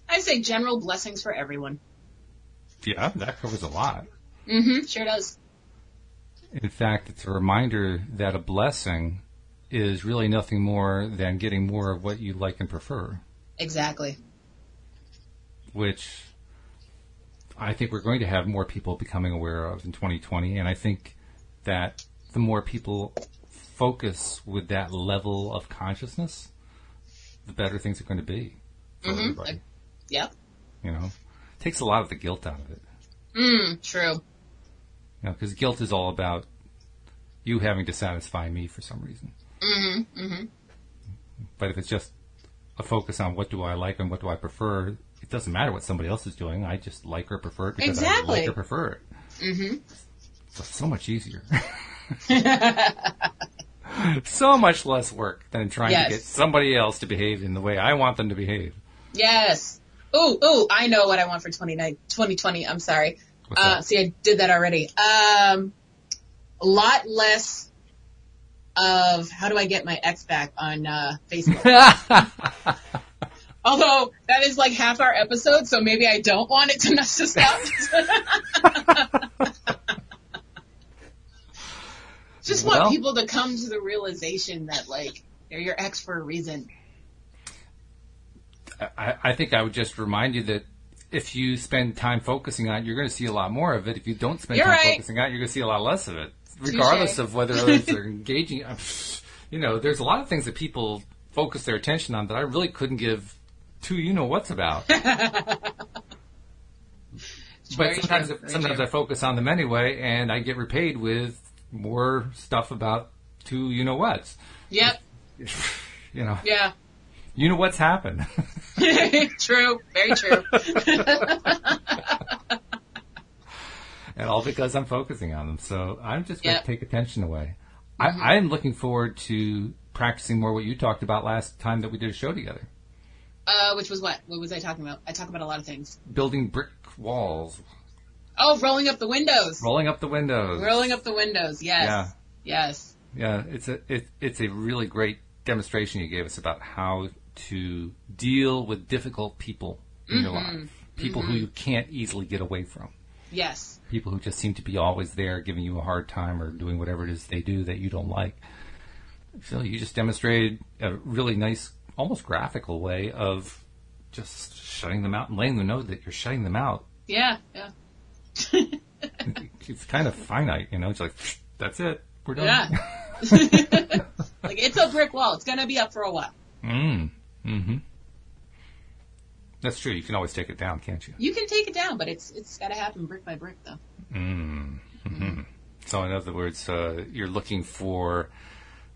I say general blessings for everyone. Yeah, that covers a lot. Mm-hmm. Sure does. In fact, it's a reminder that a blessing is really nothing more than getting more of what you like and prefer, Exactly. which I think we're going to have more people becoming aware of in 2020. And I think that the more people focus with that level of consciousness, the better things are going to be for Mhm. everybody. Yep. You know, takes a lot of the guilt out of it. Mm, true. You know, because guilt is all about you having to satisfy me for some reason. Mm-hmm. Mm-hmm. But if it's just a focus on what do I like and what do I prefer, it doesn't matter what somebody else is doing. I just like or prefer it because I like Exactly. or prefer it. Mm-hmm. So, so much easier. so much less work than trying Yes. to get somebody else to behave in the way I want them to behave. Yes. Ooh, ooh, I know what I want for 29 2020. I'm sorry. What's Uh, that? see, I did that already. Um, a lot less of how do I get my ex back on uh, Facebook. Although that is like half our episode, so maybe I don't want it to mess us up. Just want Well- people to come to the realization that like they're your ex for a reason. I, I think I would just remind you that if you spend time focusing on it, you're going to see a lot more of it. If you don't spend You're time right. focusing on it, you're going to see a lot less of it, regardless of whether others are engaging. I'm- You know, there's a lot of things that people focus their attention on that I really couldn't give two you know what's about. but Very sometimes, true, very sometimes true. I focus on them anyway, and I get repaid with more stuff about two you know what's. Yep. You know, Yeah. you know what's happened. true. Very true. and all because I'm focusing on them. So I'm just going to Yep. Mm-hmm. take attention away. I, I am looking forward to practicing more what you talked about last time that we did a show together. uh, which was what? What was I talking about? I talk about a lot of things. Building brick walls, Oh, rolling up the windows. rolling up the windows. Rolling up the windows. Yes. Yeah. Yes. Yeah, it's a it, it's a really great demonstration you gave us about how to deal with difficult people in your Mm-hmm. life, people who you can't easily get away from, Yes. people who just seem to be always there, giving you a hard time or doing whatever it is they do that you don't like. So you just demonstrated a really nice, almost graphical way of just shutting them out and letting them know that you're shutting them out. Yeah. Yeah. It's kind of finite, you know. It's like that's it, we're done. Yeah. like it's a brick wall. It's gonna be up for a while. Mm. Mm-hmm. That's true. You can always take it down, can't you? You can take it down, but it's it's gotta happen brick by brick though. Mm. hmm So, in other words, uh, you're looking for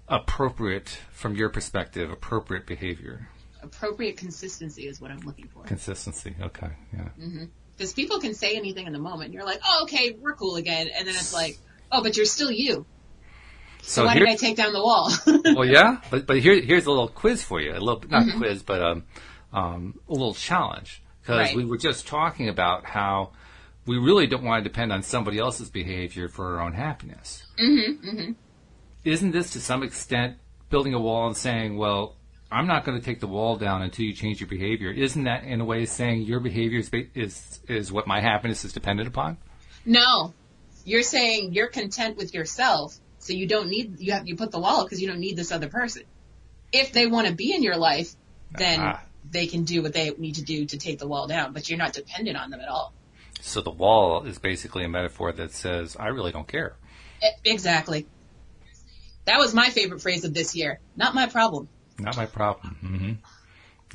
appropriate, from your perspective, appropriate behavior, Appropriate consistency is what I'm looking for. consistency. Okay. Yeah. Mm-hmm. Because people can say anything in the moment. and You're like, oh, okay, we're cool again. And then it's like, oh, but you're still you. So, So why here, did I take down the wall? well, yeah, but but here here's a little quiz for you. A little not quiz, but um, um, a little challenge because Right. we were just talking about how we really don't want to depend on somebody else's behavior for our own happiness. Mm-hmm, mm-hmm. Isn't this to some extent building a wall and saying, well? I'm not going to take the wall down until you change your behavior. Isn't that, in a way, saying your behavior is ba- is is what my happiness is dependent upon? no, you're saying you're content with yourself, so you don't need you have you put the wall because you don't need this other person. If they want to be in your life, then Ah. they can do what they need to do to take the wall down. But you're not dependent on them at all. So the wall is basically a metaphor that says, I really don't care. E- exactly. That was my favorite phrase of this year. Not my problem. Not my problem. hmm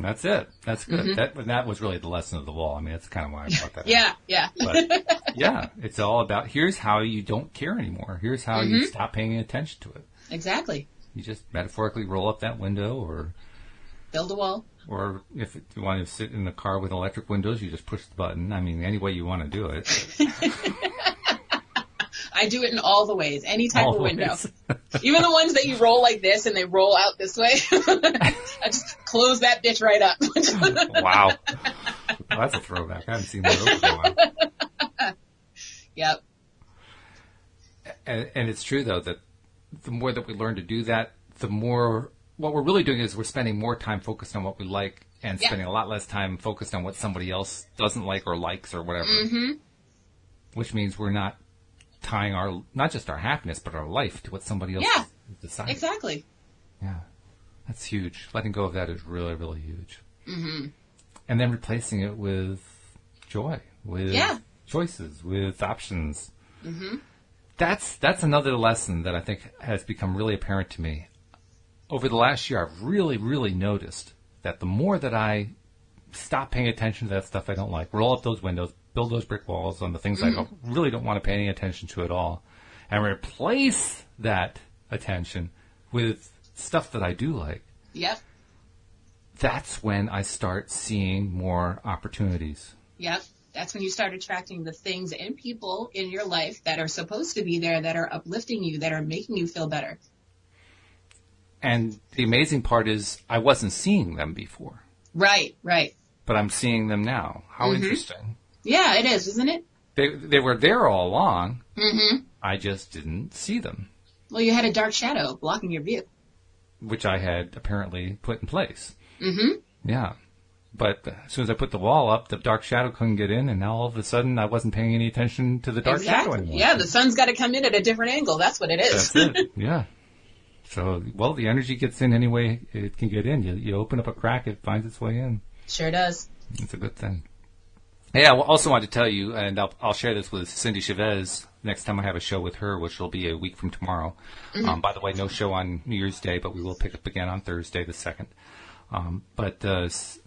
That's it. That's good. That that was really the lesson of the wall. I mean, that's kind of why I brought that. Mm-hmm. Yeah, yeah, Up. But yeah, it's all about here's how you don't care anymore. Here's how Mm-hmm. you stop paying attention to it. exactly. You just metaphorically roll up that window, or Build a wall. or if you want to sit in a car with electric windows, you just push the button. I mean, any way you want to do it. I do it in all the ways, any type of Always. window. Even the ones that you roll like this and they roll out this way. I just close that bitch right up. wow. Well, that's a throwback. I haven't seen that over in a while. yep. And, and it's true though that the more that we learn to do that, the more what we're really doing is we're spending more time focused on what we like and Yeah. spending a lot less time focused on what somebody else doesn't like or likes or whatever. Mm-hmm. Which means we're not tying our not just our happiness but our life to what somebody else Yeah. decides. Exactly. Yeah, that's huge. Letting go of that is really really huge. Mm-hmm. And then replacing it with joy, with Yeah. choices, with options that's that's another lesson that I think has become really apparent to me over the last year. I've really really noticed that the more that I stop paying attention to that stuff I don't like, roll up those windows, build those brick walls on the things I don't, really don't want to pay any attention to at all, and replace that attention with stuff that I do like. Yep. That's when I start seeing more opportunities. Yep. That's when you start attracting the things and people in your life that are supposed to be there, that are uplifting you, that are making you feel better. And the amazing part is I wasn't seeing them before. Right, right. but I'm seeing them now. How interesting. Yeah, it is, isn't it? They they were there all along. Mm-hmm. I just didn't see them, Well, you had a dark shadow blocking your view. which I had apparently put in place. Mm-hmm. Yeah. But as soon as I put the wall up, the dark shadow couldn't get in, and now all of a sudden I wasn't paying any attention to the dark shadow anymore. Yeah, the sun's got to come in at a different angle. That's what it is. That's it. Yeah. So, well, the energy gets in any way it can get in. You, you open up a crack, it finds its way in. Sure does. It's a good thing. Yeah, I also wanted to tell you, and I'll, I'll share this with Cindy Chavez next time I have a show with her, which will be a week from tomorrow. Um, by the way, no show on New Year's Day, but we will pick up again on Thursday the 2nd. Um, but, uh, s-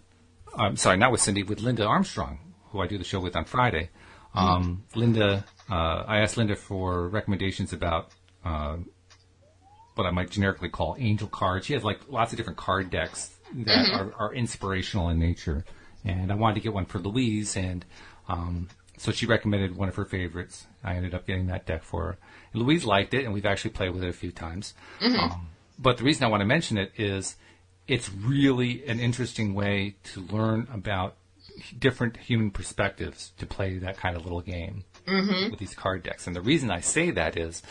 I'm sorry, not with Cindy, with Linda Armstrong, who I do the show with on Friday. Um, Linda, uh, I asked Linda for recommendations about uh, what I might generically call angel cards. She has like lots of different card decks that are, are inspirational in nature, and I wanted to get one for Louise, and um, so she recommended one of her favorites. I ended up getting that deck for her. And Louise liked it, and we've actually played with it a few times. Um, but the reason I want to mention it is it's really an interesting way to learn about different human perspectives to play that kind of little game with these card decks. And the reason I say that is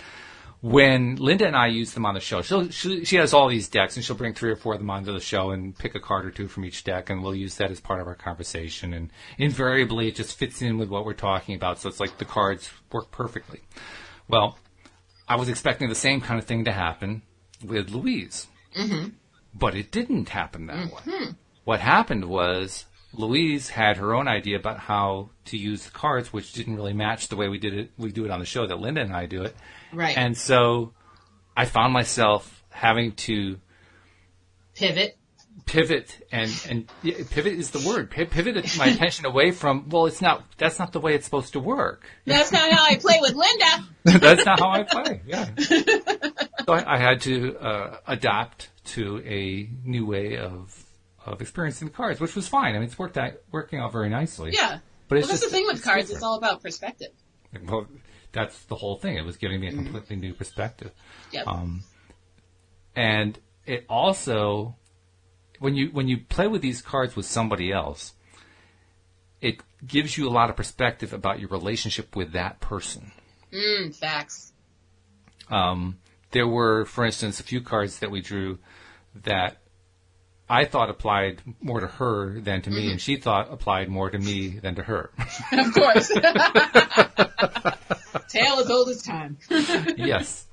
when Linda and I use them on the show, she'll, she, she has all these decks and she'll bring three or four of them onto the show and pick a card or two from each deck and we'll use that as part of our conversation. And invariably it just fits in with what we're talking about. So it's like the cards work perfectly. Well, I was expecting the same kind of thing to happen with Louise. But it didn't happen that way. What happened was Louise had her own idea about how to use the cards, which didn't really match the way we did it. We do it on the show that Linda and I do it. Right. And so I found myself having to Pivot. pivot and, and yeah, pivot is the word. Pi- Pivot my attention away from, well, it's not, that's not the way it's supposed to work. That's not how I play with Linda. That's not how I play. Yeah. So I, I had to uh, adapt to a new way of of experiencing the cards, which was fine. I mean, it's worked out working out very nicely. Yeah. But it's well, that's just the thing with cards. different. It's all about perspective. Well, that's the whole thing. It was giving me a completely new perspective. Yep. Um, and it also, when you when you play with these cards with somebody else, it gives you a lot of perspective about your relationship with that person. Mm, facts. Um, there were, for instance, a few cards that we drew that I thought applied more to her than to me, and she thought applied more to me than to her. Of course. Tale as old as time. yes.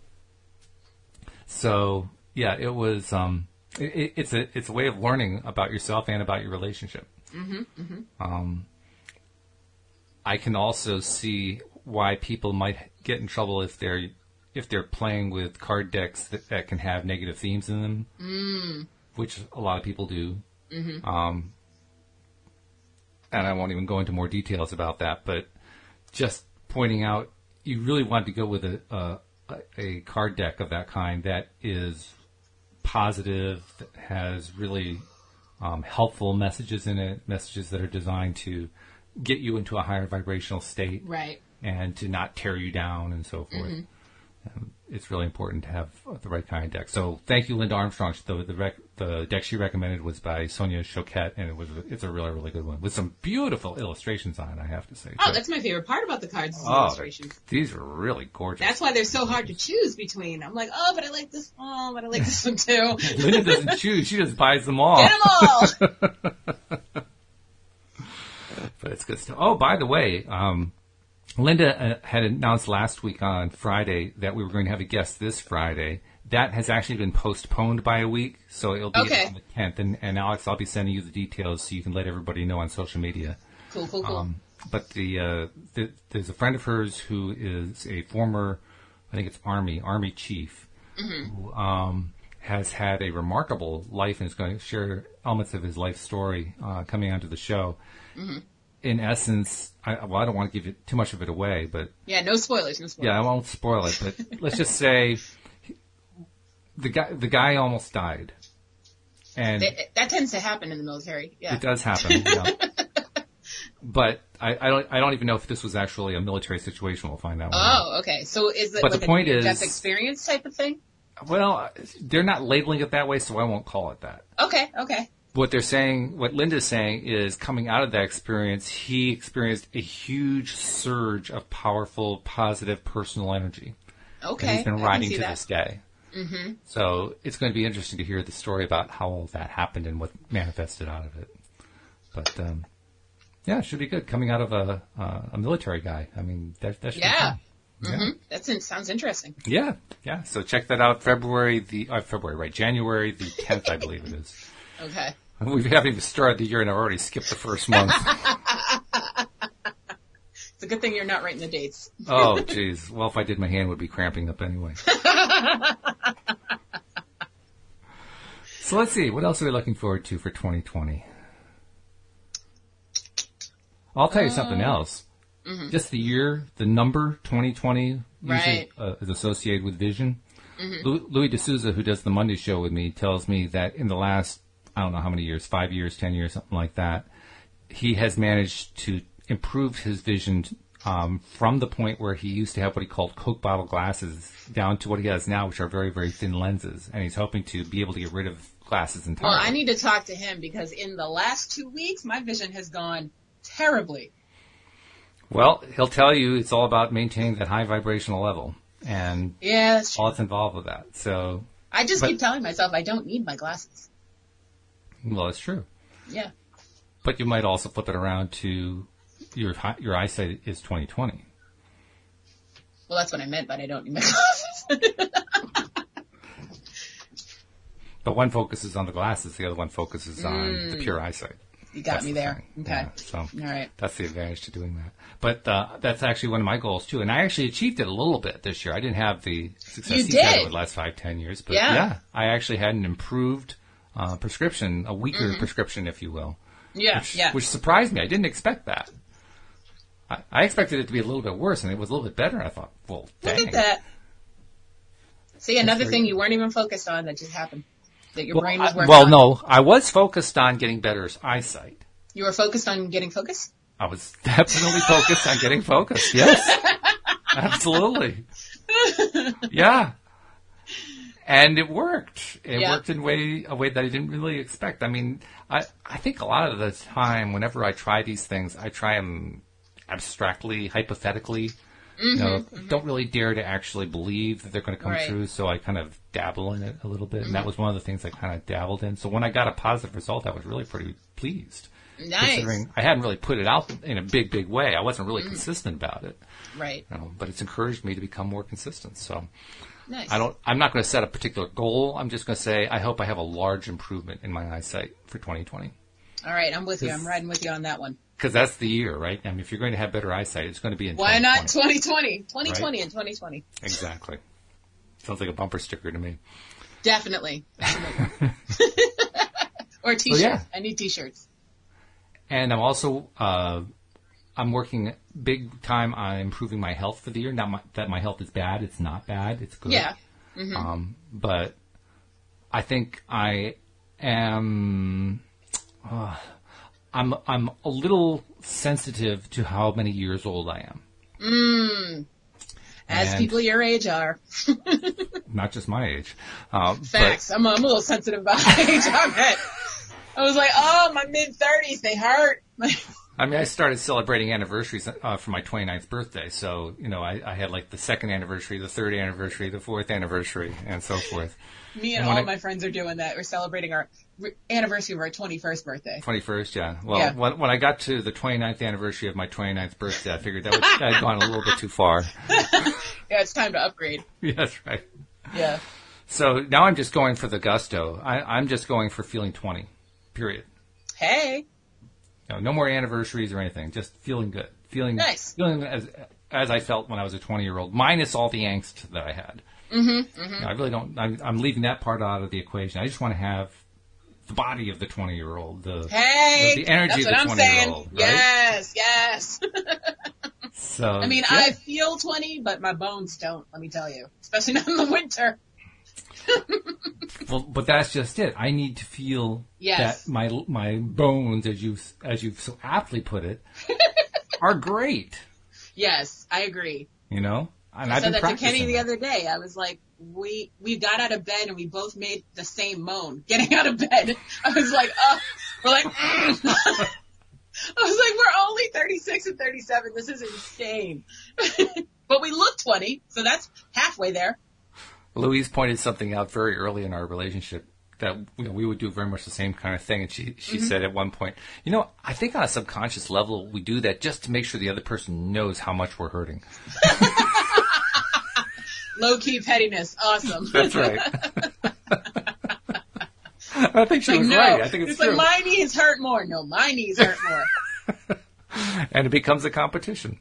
So yeah, it was. Um, it- it, it's a it's a way of learning about yourself and about your relationship. Mm-hmm, Um, I can also see why people might get in trouble if they're if they're playing with card decks that, that can have negative themes in them, mm. which a lot of people do. Mm-hmm. Um, and I won't even go into more details about that, but just pointing out you really want to go with a, a a card deck of that kind that is positive, that has really um, helpful messages in it, messages that are designed to get you into a higher vibrational state Right. and to not tear you down and so forth. Mm-hmm. Um, it's really important to have the right kind of deck. So thank you, Linda Armstrong. The the, rec- the deck she recommended was by Sonia Choquette, and it was it's a really really good one with some beautiful illustrations on. it, I have to say. Oh, too. that's my favorite part about the cards is Oh, illustrations. these are really gorgeous. That's why they're so hard to choose between. I'm like, oh, but I like this one, but I like this one too. Get Linda doesn't choose; she just buys them all. 'em all. But it's good stuff. Oh, by the way, um, Linda uh, had announced last week on Friday that we were going to have a guest this Friday. That has actually been postponed by a week, so it'll be Okay. on the tenth. And, and Alex, I'll be sending you the details so you can let everybody know on social media. Cool, cool, cool. Um, but the, uh, th there's a friend of hers who is a former, I think it's army army chief, who um, has had a remarkable life and is going to share elements of his life story uh, coming onto the show. In essence, I, well, I don't want to give you too much of it away, but yeah, no spoilers, no spoilers. yeah, I won't spoil it. But let's just say he- the guy the guy almost died, and That, that tends to happen in the military. Yeah. it does happen. yeah. But I, I don't. I don't even know if this was actually a military situation. We'll find out. when we- Oh, okay. So is it But like the point a is- death experience type of thing? Well, they're not labeling it that way, so I won't call it that. Okay, okay. What they're saying, what Linda's saying, is coming out of that experience, he experienced a huge surge of powerful, positive personal energy. Okay. And he's I been can riding see to that. this day. Mm-hmm. So it's going to be interesting to hear the story about how all that happened and what manifested out of it. But um, yeah, it should be good coming out of a uh, a military guy. I mean, that, that should Yeah. Mm-hmm. be fun. Yeah. That sounds- sounds interesting. Yeah, yeah. So check that out. February the uh, February, right? January the tenth, I believe it is. Okay. We haven't even started the year and I've already skipped the first month. It's a good thing you're not writing the dates. oh, jeez. Well, if I did, my hand would be cramping up anyway. so let's see. What else are we looking forward to for 2020? I'll tell you something else. Just the year, the number 2020 usually Right. uh, is associated with vision. Lu- Louis D'Souza, who does the Monday show with me, tells me that in the last, I don't know how many years, five years, ten years, something like that, he has managed to improve his vision um, from the point where he used to have what he called Coke bottle glasses down to what he has now, which are very, very thin lenses. And he's hoping to be able to get rid of glasses Well, entirely. I need to talk to him because in the last two weeks, my vision has gone terribly. Well, he'll tell you it's all about maintaining that high vibrational level and Yeah, that's true. all that's involved with that. So, I just but- keep telling myself I don't need my glasses. well, it's true. Yeah. But you might also flip it around to your hi- your eyesight is 2020. Well, that's what I meant, but I don't need my glasses. But one focuses on the glasses, the other one focuses on Hmm. the pure eyesight. you got That's me the there. thing. Okay. Yeah, so All right. that's the advantage to doing that. But uh, that's actually one of my goals too, and I actually achieved it a little bit this year. I didn't have the success You he's had did. over the last five, ten years, but Yeah. yeah, I actually had an improved uh, prescription, a weaker prescription, if you will, Yeah. which, Mm-hmm. yeah. which surprised me. I didn't expect that. I, I expected it to be a little bit worse, and it was a little bit better. I thought, well, Look dang. at that. See, another very thing you weren't even focused on that just happened. That your Well, brain was I- working well on. no, I was focused on getting better eyesight. You were focused on getting focused? I was definitely focused on getting focused. Yes. Absolutely. Yeah. And it worked. It Yeah. worked in way a way that I didn't really expect. I mean, I I think a lot of the time whenever I try these things, I try them abstractly, hypothetically. you know, don't really dare to actually believe that they're going to come Mm-hmm, Right. Mm-hmm. true, so I kind of dabble in it a little bit, and that was one of the things I kind of dabbled in. So when I got a positive result, I was really pretty pleased Nice. Mm. considering I hadn't really put it out in a big, big way. I wasn't really consistent about it, Right. you know, but it's encouraged me to become more consistent. So Nice. I don't, I'm not going to set a particular goal. I'm just going to say I hope I have a large improvement in my eyesight for 2020 All right, I'm with you. This- I'm riding with you on that one. because that's the year, right? I mean, if you're going to have better eyesight, it's going to be in Why not 2020. 2020? 2020 and 2020. exactly. Sounds like a bumper sticker to me. Definitely. or a t-shirt. yeah. I need t-shirts. And I'm also uh, I'm working big time on improving my health for the year. Not my, that my health is bad; it's not bad. It's good. Yeah. Um, but I think I am. uh, I'm I'm a little sensitive to how many years old I am. As And- people your age are. Not just my age. Uh, Facts. I'm, I'm a little sensitive about my age. I'm at. I was like, oh, my mid 30s, they hurt. But, I mean, I started celebrating anniversaries uh, for my 29th birthday. So, you know, I, I had like the second anniversary, the third anniversary, the fourth anniversary, and so forth. Me and And when all I- my friends are doing that. We're celebrating our re- anniversary of our 21st birthday. 21st, yeah. Well, Yeah. When, when I got to the 29th anniversary of my 29th birthday, I figured that, would, that had gone a little bit too far. Yeah, it's time to upgrade. yes, right. Yeah. So now I'm just going for the gusto. I, I'm just going for feeling 20, period. Hey. No, no more anniversaries or anything. Just feeling good. Feeling Nice. Feeling as, as I felt when I was a 20 year old, minus all the angst that I had. Mm-hmm, I really don't, I'm, I'm leaving that part out of the equation. I just want to have the body of the 20 year old. The, Hey. The- the energy That's of what the 20 I'm year saying. old, right? Yes, yes. so, I mean, yeah. I feel 20, but my bones don't, let me tell you. Especially not in the winter. Well, but that's just it. I need to feel Yes. that my my bones, as you as you've so aptly put it, are great. Yes, I agree. You know, and I I've said been that to practicing. Kenny the that. other day. I was like, we we got out of bed and we both made the same moan getting out of bed. I was like, oh, we're like, mm. I was like, we're only 36 and 37. This is insane. but we look 20, so that's halfway there. Louise pointed something out very early in our relationship that you know, we would do very much the same kind of thing, and she she Mm-hmm. said at one point, you know, I think on a subconscious level we do that just to make sure the other person knows how much we're hurting. Low key pettiness, awesome. That's right. I think she Like, was no. right. I think it's, it's true. like my knees hurt more. No, my knees hurt more. and it becomes a competition.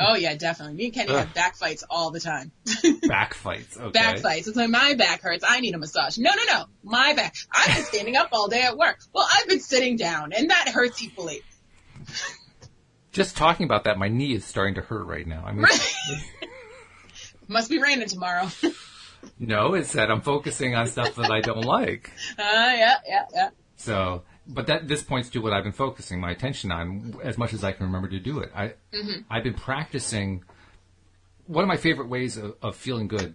oh yeah, definitely. Me and Kenny have back fights all the time. Back fights. Okay. back fights. It's like my back hurts. I need a massage. No, no, no. My back. I've been standing up all day at work. Well, I've been sitting down, and that hurts equally. Just talking about that, my knee is starting to hurt right now. I mean, Must be raining tomorrow. uh, no, it's that I'm focusing on stuff that I don't like. yeah, yeah, yeah. So, but that this points to what I've been focusing my attention on as much as I can remember to do it. I Mm-hmm. I've been practicing one of my favorite ways of, of feeling good,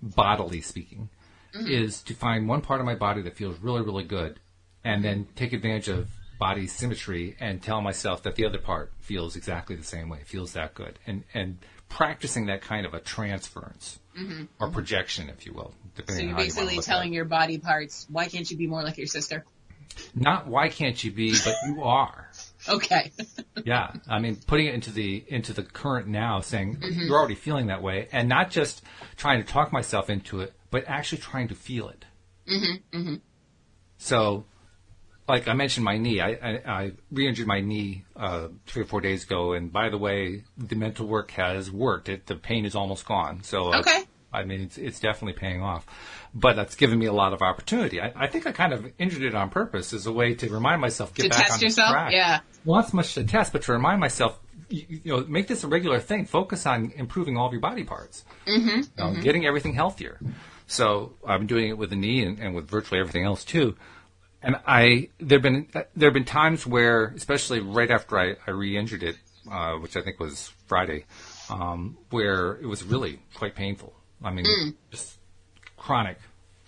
bodily speaking, Mm-hmm. is to find one part of my body that feels really really good, and then take advantage of body symmetry and tell myself that the other part feels exactly the same way, feels that good, and and practicing that kind of a transference or projection, if you will, Mm-hmm. So depending on how you want you're to basically look at it telling your body parts, why can't you be more like your sister? not why can't you be, but you are. Okay. Yeah, I mean, putting it into the into the current now, saying you're already feeling that way, and not just trying to talk myself into it, but actually trying to feel it. Mm-hmm, mm-hmm. So, like I mentioned, my knee. I I, I re-injured my knee uh, three or four days ago, and by the way, the mental work has worked. It, the pain is almost gone. So uh, Okay. I mean, it's, it's definitely paying off, but that's given me a lot of opportunity. I, I think I kind of injured it on purpose as a way to remind myself, get To back on test the yourself? track. Yeah. Well, not so much to test, but to remind myself, you, you know, make this a regular thing. Focus on improving all of your body parts, mm-hmm, getting everything healthier. So I'm doing it with the knee and, and with virtually everything else too. And I there have been there have been times where, especially right after I, I re-injured it, uh, which I think was Friday, um, where it was really quite painful. I mean, just chronic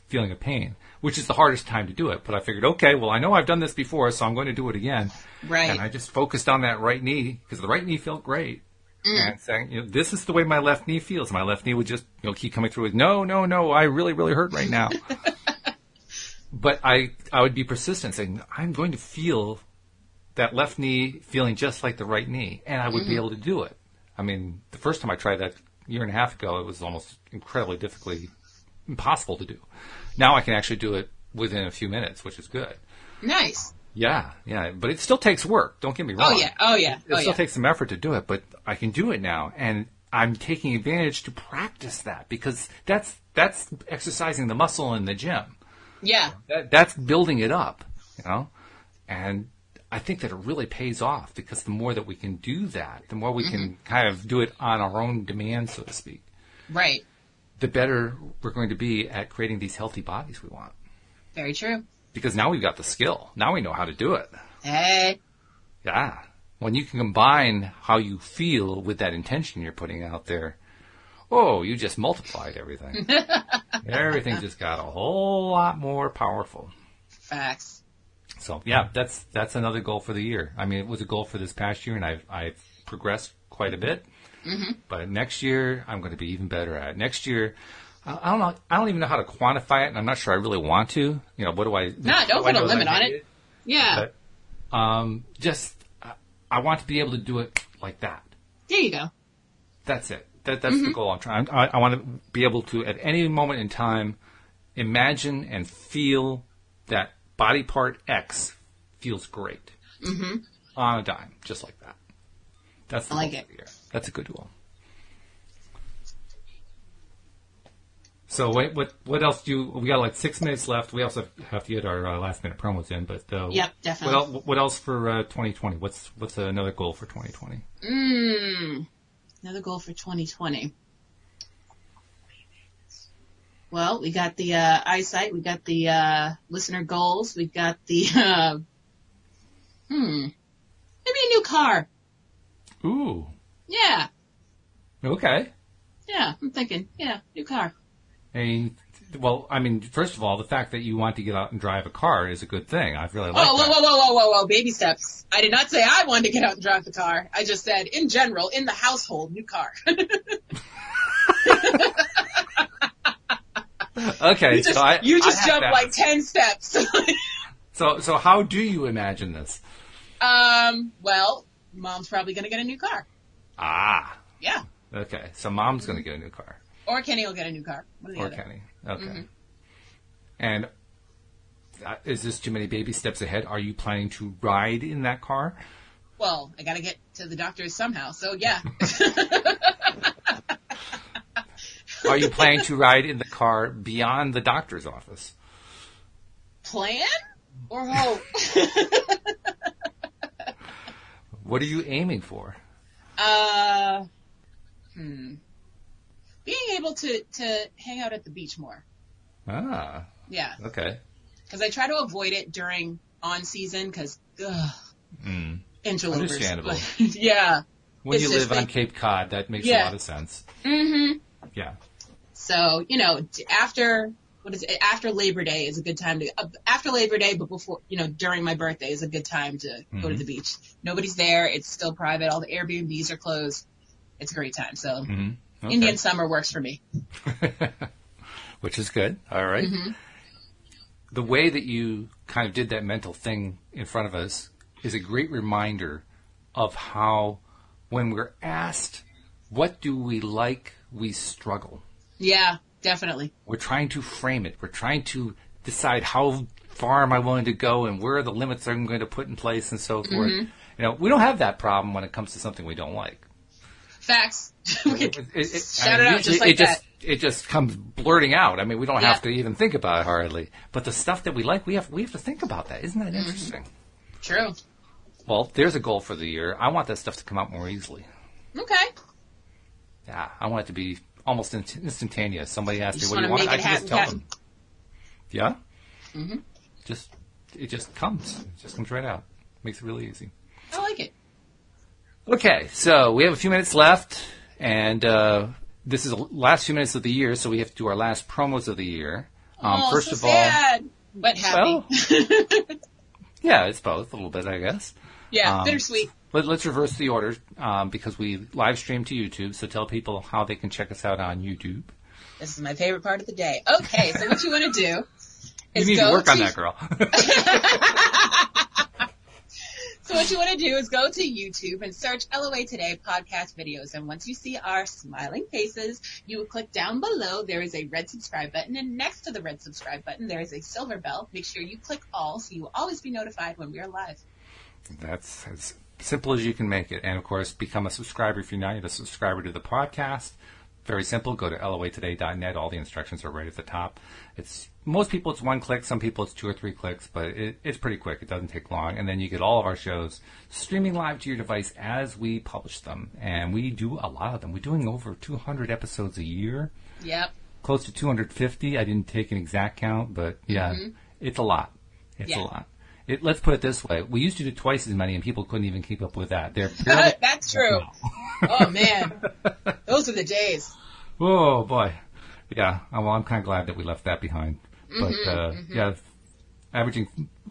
feeling of pain, which is the hardest time to do it. But I figured, okay, well, I know I've done this before, so I'm going to do it again. Right. And I just focused on that right knee because the right knee felt great. And saying, you know, this is the way my left knee feels. My left knee would just, you know, keep coming through with, no, no, no, I really, really hurt right now. but I, I would be persistent saying, I'm going to feel that left knee feeling just like the right knee, and I would Mm-hmm. be able to do it. I mean, the first time I tried that a year and a half ago, it was almost incredibly difficultly impossible to do. Now I can actually do it within a few minutes, which is good. Nice. Yeah, yeah, but it still takes work. Don't get me Oh wrong. yeah. Oh yeah. It Oh still yeah. takes some effort to do it, but I can do it now, and I'm taking advantage to practice that because that's that's exercising the muscle in the gym Yeah. that, that's building it up, you know? And I think that it really pays off because the more that we can do that, the more we can kind of do it on our own demand, so to speak, Right. the better we're going to be at creating these healthy bodies we want. Very true. Because now we've got the skill. Now we know how to do it. Hey. Yeah. When you can combine how you feel with that intention you're putting out there, oh, you just multiplied everything. everything just got a whole lot more powerful. Facts. So yeah, that's that's another goal for the year. I mean, it was a goal for this past year, and I've I've progressed quite a bit. Mm-hmm. But next year, I'm going to be even better at it. Next year, I, I don't know. I don't even know how to quantify it, and I'm not sure I really want to. You know, what do I? No, what don't put do I a know limit that I on need it. Yeah. Um, just uh, I want to be able to do it like that. There you go. That's it. That that's Mm-hmm. the goal I'm trying. I, I want to be able to at any moment in time imagine and feel that body part X feels great mm-hmm. on a dime, just like that. That's the I like goal it. for the year. That's a good goal. So wait, what what else do you? We got like six minutes left. We also have to get our uh, last minute promos in, but uh, Yep, definitely. What, el- what else for uh, 2020? What's what's another goal for 2020? Mm. Another goal for 2020. Well, we got the uh, eyesight, we got the uh, listener goals, we got the uh, hmm, maybe a new car. Ooh, Yeah, okay. yeah, I'm thinking, yeah, new car. A well, I mean, first of all, the fact that you want to get out and drive a car is a good thing. I really like oh, whoa, that. whoa, whoa, whoa, whoa, whoa, baby steps. I did not say I wanted to get out and drive the car. I just said, in general, in the household, new car. Okay, you just, so I, you I just have jumped that. like ten steps. so. So how do you imagine this? um, well, mom's probably gonna get a new car. Ah, Yeah. okay. So mom's going to get a new car, Or Kenny will get a new car. One or the or other. Kenny. Okay, and uh, is this too many baby steps ahead? Are you planning to ride in that car? Well, I gotta get to the doctor somehow, so yeah. Are you planning to ride in the car beyond the doctor's office? Plan or hope? What are you aiming for? uh, hmm. Being able to, to hang out at the beach more. Ah, Yeah. okay. Cause I try to avoid it during on season cause, ugh, Mm. interlopers. Understandable. yeah. When It's you just live on like- Cape Cod, that makes a Yeah. lot of sense. hmm Yeah. So, you know, d- after, what is it, after Labor Day is a good time to, uh, after Labor Day, but before, you know, during my birthday is a good time to go to Mhm. the beach. Nobody's there. It's still private. All the Airbnbs are closed. It's a great time. So hmm Indian summer works for me. Which is good. All right. Mm-hmm. The way that you kind of did that mental thing in front of us is a great reminder of how, when we're asked, what do we like, we struggle. Yeah, definitely. We're trying to frame it. We're trying to decide how far am I willing to go and where are the limits I'm going to put in place and so forth. Mm-hmm. You know, we don't have that problem when it comes to something we don't like. Facts. We It, could it- it- Shout I mean, it out usually just like it just it just comes blurting out. I mean, we don't Yeah. have to even think about it hardly. But the stuff that we like, we have we have to think about that. Isn't Mm-hmm. that interesting? that. True. Well, there's a goal for the year. I want that stuff to come out more easily. Okay. Yeah, I want it to be almost instant- instantaneous. Somebody asks me, just "What do you wanna want?" I make it can just happen, tell happen. them. Yeah. Mm-hmm. Just it just comes. It just comes right out. Makes it really easy. I like it. Okay, so we have a few minutes left, and uh, this is the last few minutes of the year, so we have to do our last promos of the year. Um, oh, first so of sad, but happy. all, well, yeah, it's both a little bit, I guess. yeah, um, bittersweet. Let, let's reverse the order um, because we live stream to YouTube, so tell people how they can check us out on YouTube. This is my favorite part of the day. Okay, so what you want to do You is need go to work on to- that, girl. So what you want to do is go to YouTube and search LOA Today podcast videos. And once you see our smiling faces, you will click down below. There is a red subscribe button and next to the red subscribe button, there is a silver bell. Make sure you click all so you will always be notified when we are live. That's as simple as you can make it. And of course, become a subscriber if you're not yet a subscriber to the podcast. Very simple. Go to loatoday.net. All the instructions are right at the top. It's most people it's one click. Some people it's two or three clicks, but it, it's pretty quick. It doesn't take long. And then you get all of our shows streaming live to your device as we publish them. And we do a lot of them. We're doing over 200 episodes a year Yep. close to 250. I didn't take an exact count, but yeah, it's a lot. It's Mm-hmm. Yeah. a lot. It, let's put it this way: we used to do twice as many, and people couldn't even keep up with that. They're barely- That's true. oh man. Those are the days. oh boy, yeah. uh, Well, I'm kind of glad that we left that behind. Mm-hmm, But uh, yeah, averaging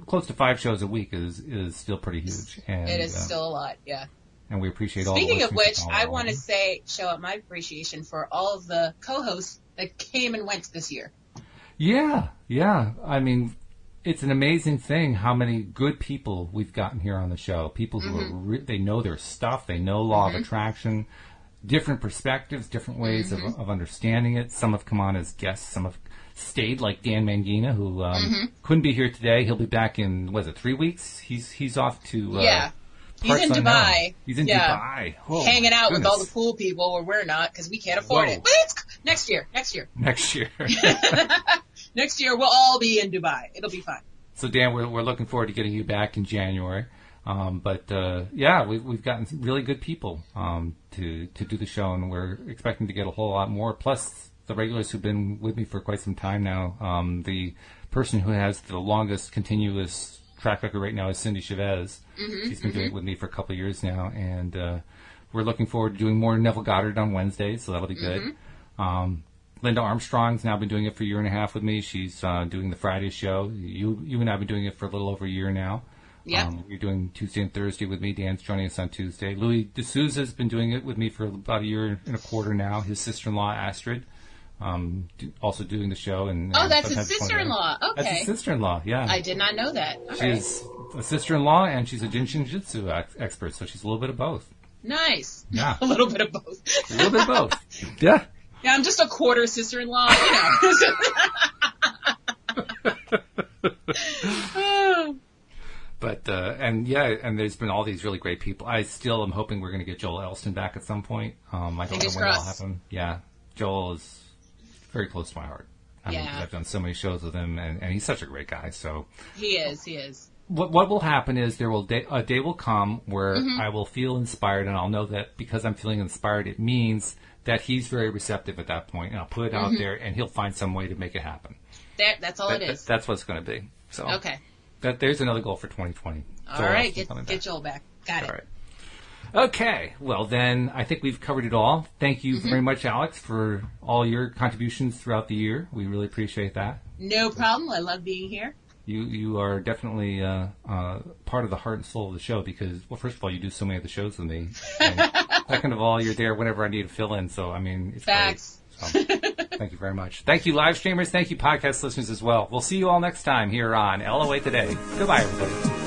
close to five shows a week is is still pretty huge, and It is uh, still a lot. Yeah. and we appreciate all. the Speaking of listeners which, and all I our- want to say, show up my appreciation for all of the co-hosts that came and went this year. Yeah, yeah. I mean, it's an amazing thing how many good people we've gotten here on the show. People who are Mm-hmm. re- they know their stuff, they know law of attraction, different perspectives, different ways Mm-hmm. of, of understanding it. Some have come on as guests, some have stayed, like Dan Mangina, who um, Mm-hmm. couldn't be here today. He'll be back in was it three weeks? He's he's off to uh, Yeah. He's parts in unknown. Dubai. He's in Yeah. Dubai, Oh, hanging my out with all goodness. the pool people where we're not because we can't afford Whoa. it. But it's next year. Next year. next year. Next year we'll all be in Dubai. It'll be fun. So Dan, we're, we're looking forward to getting you back in January. Um, but uh, yeah, we've, we've gotten some really good people um, to to do the show, and we're expecting to get a whole lot more. Plus, the regulars who've been with me for quite some time now. Um, the person who has the longest continuous track record right now is Cindy Chavez. She's been doing it with me for a couple of years now, and uh, we're looking forward to doing more Neville Goddard on Wednesday, so that'll be good. Um, Linda Armstrong's now been doing it for a year and a half with me. She's uh, doing the Friday show. You you and I have been doing it for a little over a year now. Yeah. Um, you're doing Tuesday and Thursday with me. Dan's joining us on Tuesday. Louis D'Souza's been doing it with me for about a year and a quarter now. His sister-in-law, Astrid, um, do, also doing the show. And Oh, and that's his sometimes one of the- sister-in-law. That's his Okay. sister-in-law. Yeah. I did not know that. All right. She's a sister-in-law and she's a Jinshin Jitsu ex- expert, so she's a little bit of both. Nice. Yeah. A little bit of both. A little bit of both. Yeah. Yeah, I'm just a quarter sister-in-law. You know. But uh, and yeah, and there's been all these really great people. I still am hoping we're going to get Joel Elston back at some point. Um, I don't Fingers know when that'll crossed. happen. Yeah, Joel is very close to my heart. I mean, 'cause Yeah. I've done so many shows with him, and, and he's such a great guy. So He is. He is. what what will happen is there will day, a day will come where Mm-hmm. I will feel inspired, and I'll know that because I'm feeling inspired, it means that he's very receptive at that point, and I'll put it out there, and he'll find some way to make it happen. Mm-hmm. That, that's all That- it that- is. that's what it's going to be. So Okay. that there's another goal for 2020. All Joel right. Austin Get, coming back. get Joel back. Got it. All right. Okay. Well, then I think we've covered it all. Thank you very much, Alex, for all your contributions throughout the year. We really appreciate that. No problem. I love being here. You you are definitely uh, uh, part of the heart and soul of the show because well, first of all, you do so many of the shows with me. And second of all, you're there whenever I need a fill in. So I mean, it's great. Facts. So, thank you very much. Thank you, live streamers. Thank you, podcast listeners as well. We'll see you all next time here on LOA Today. Goodbye, everybody.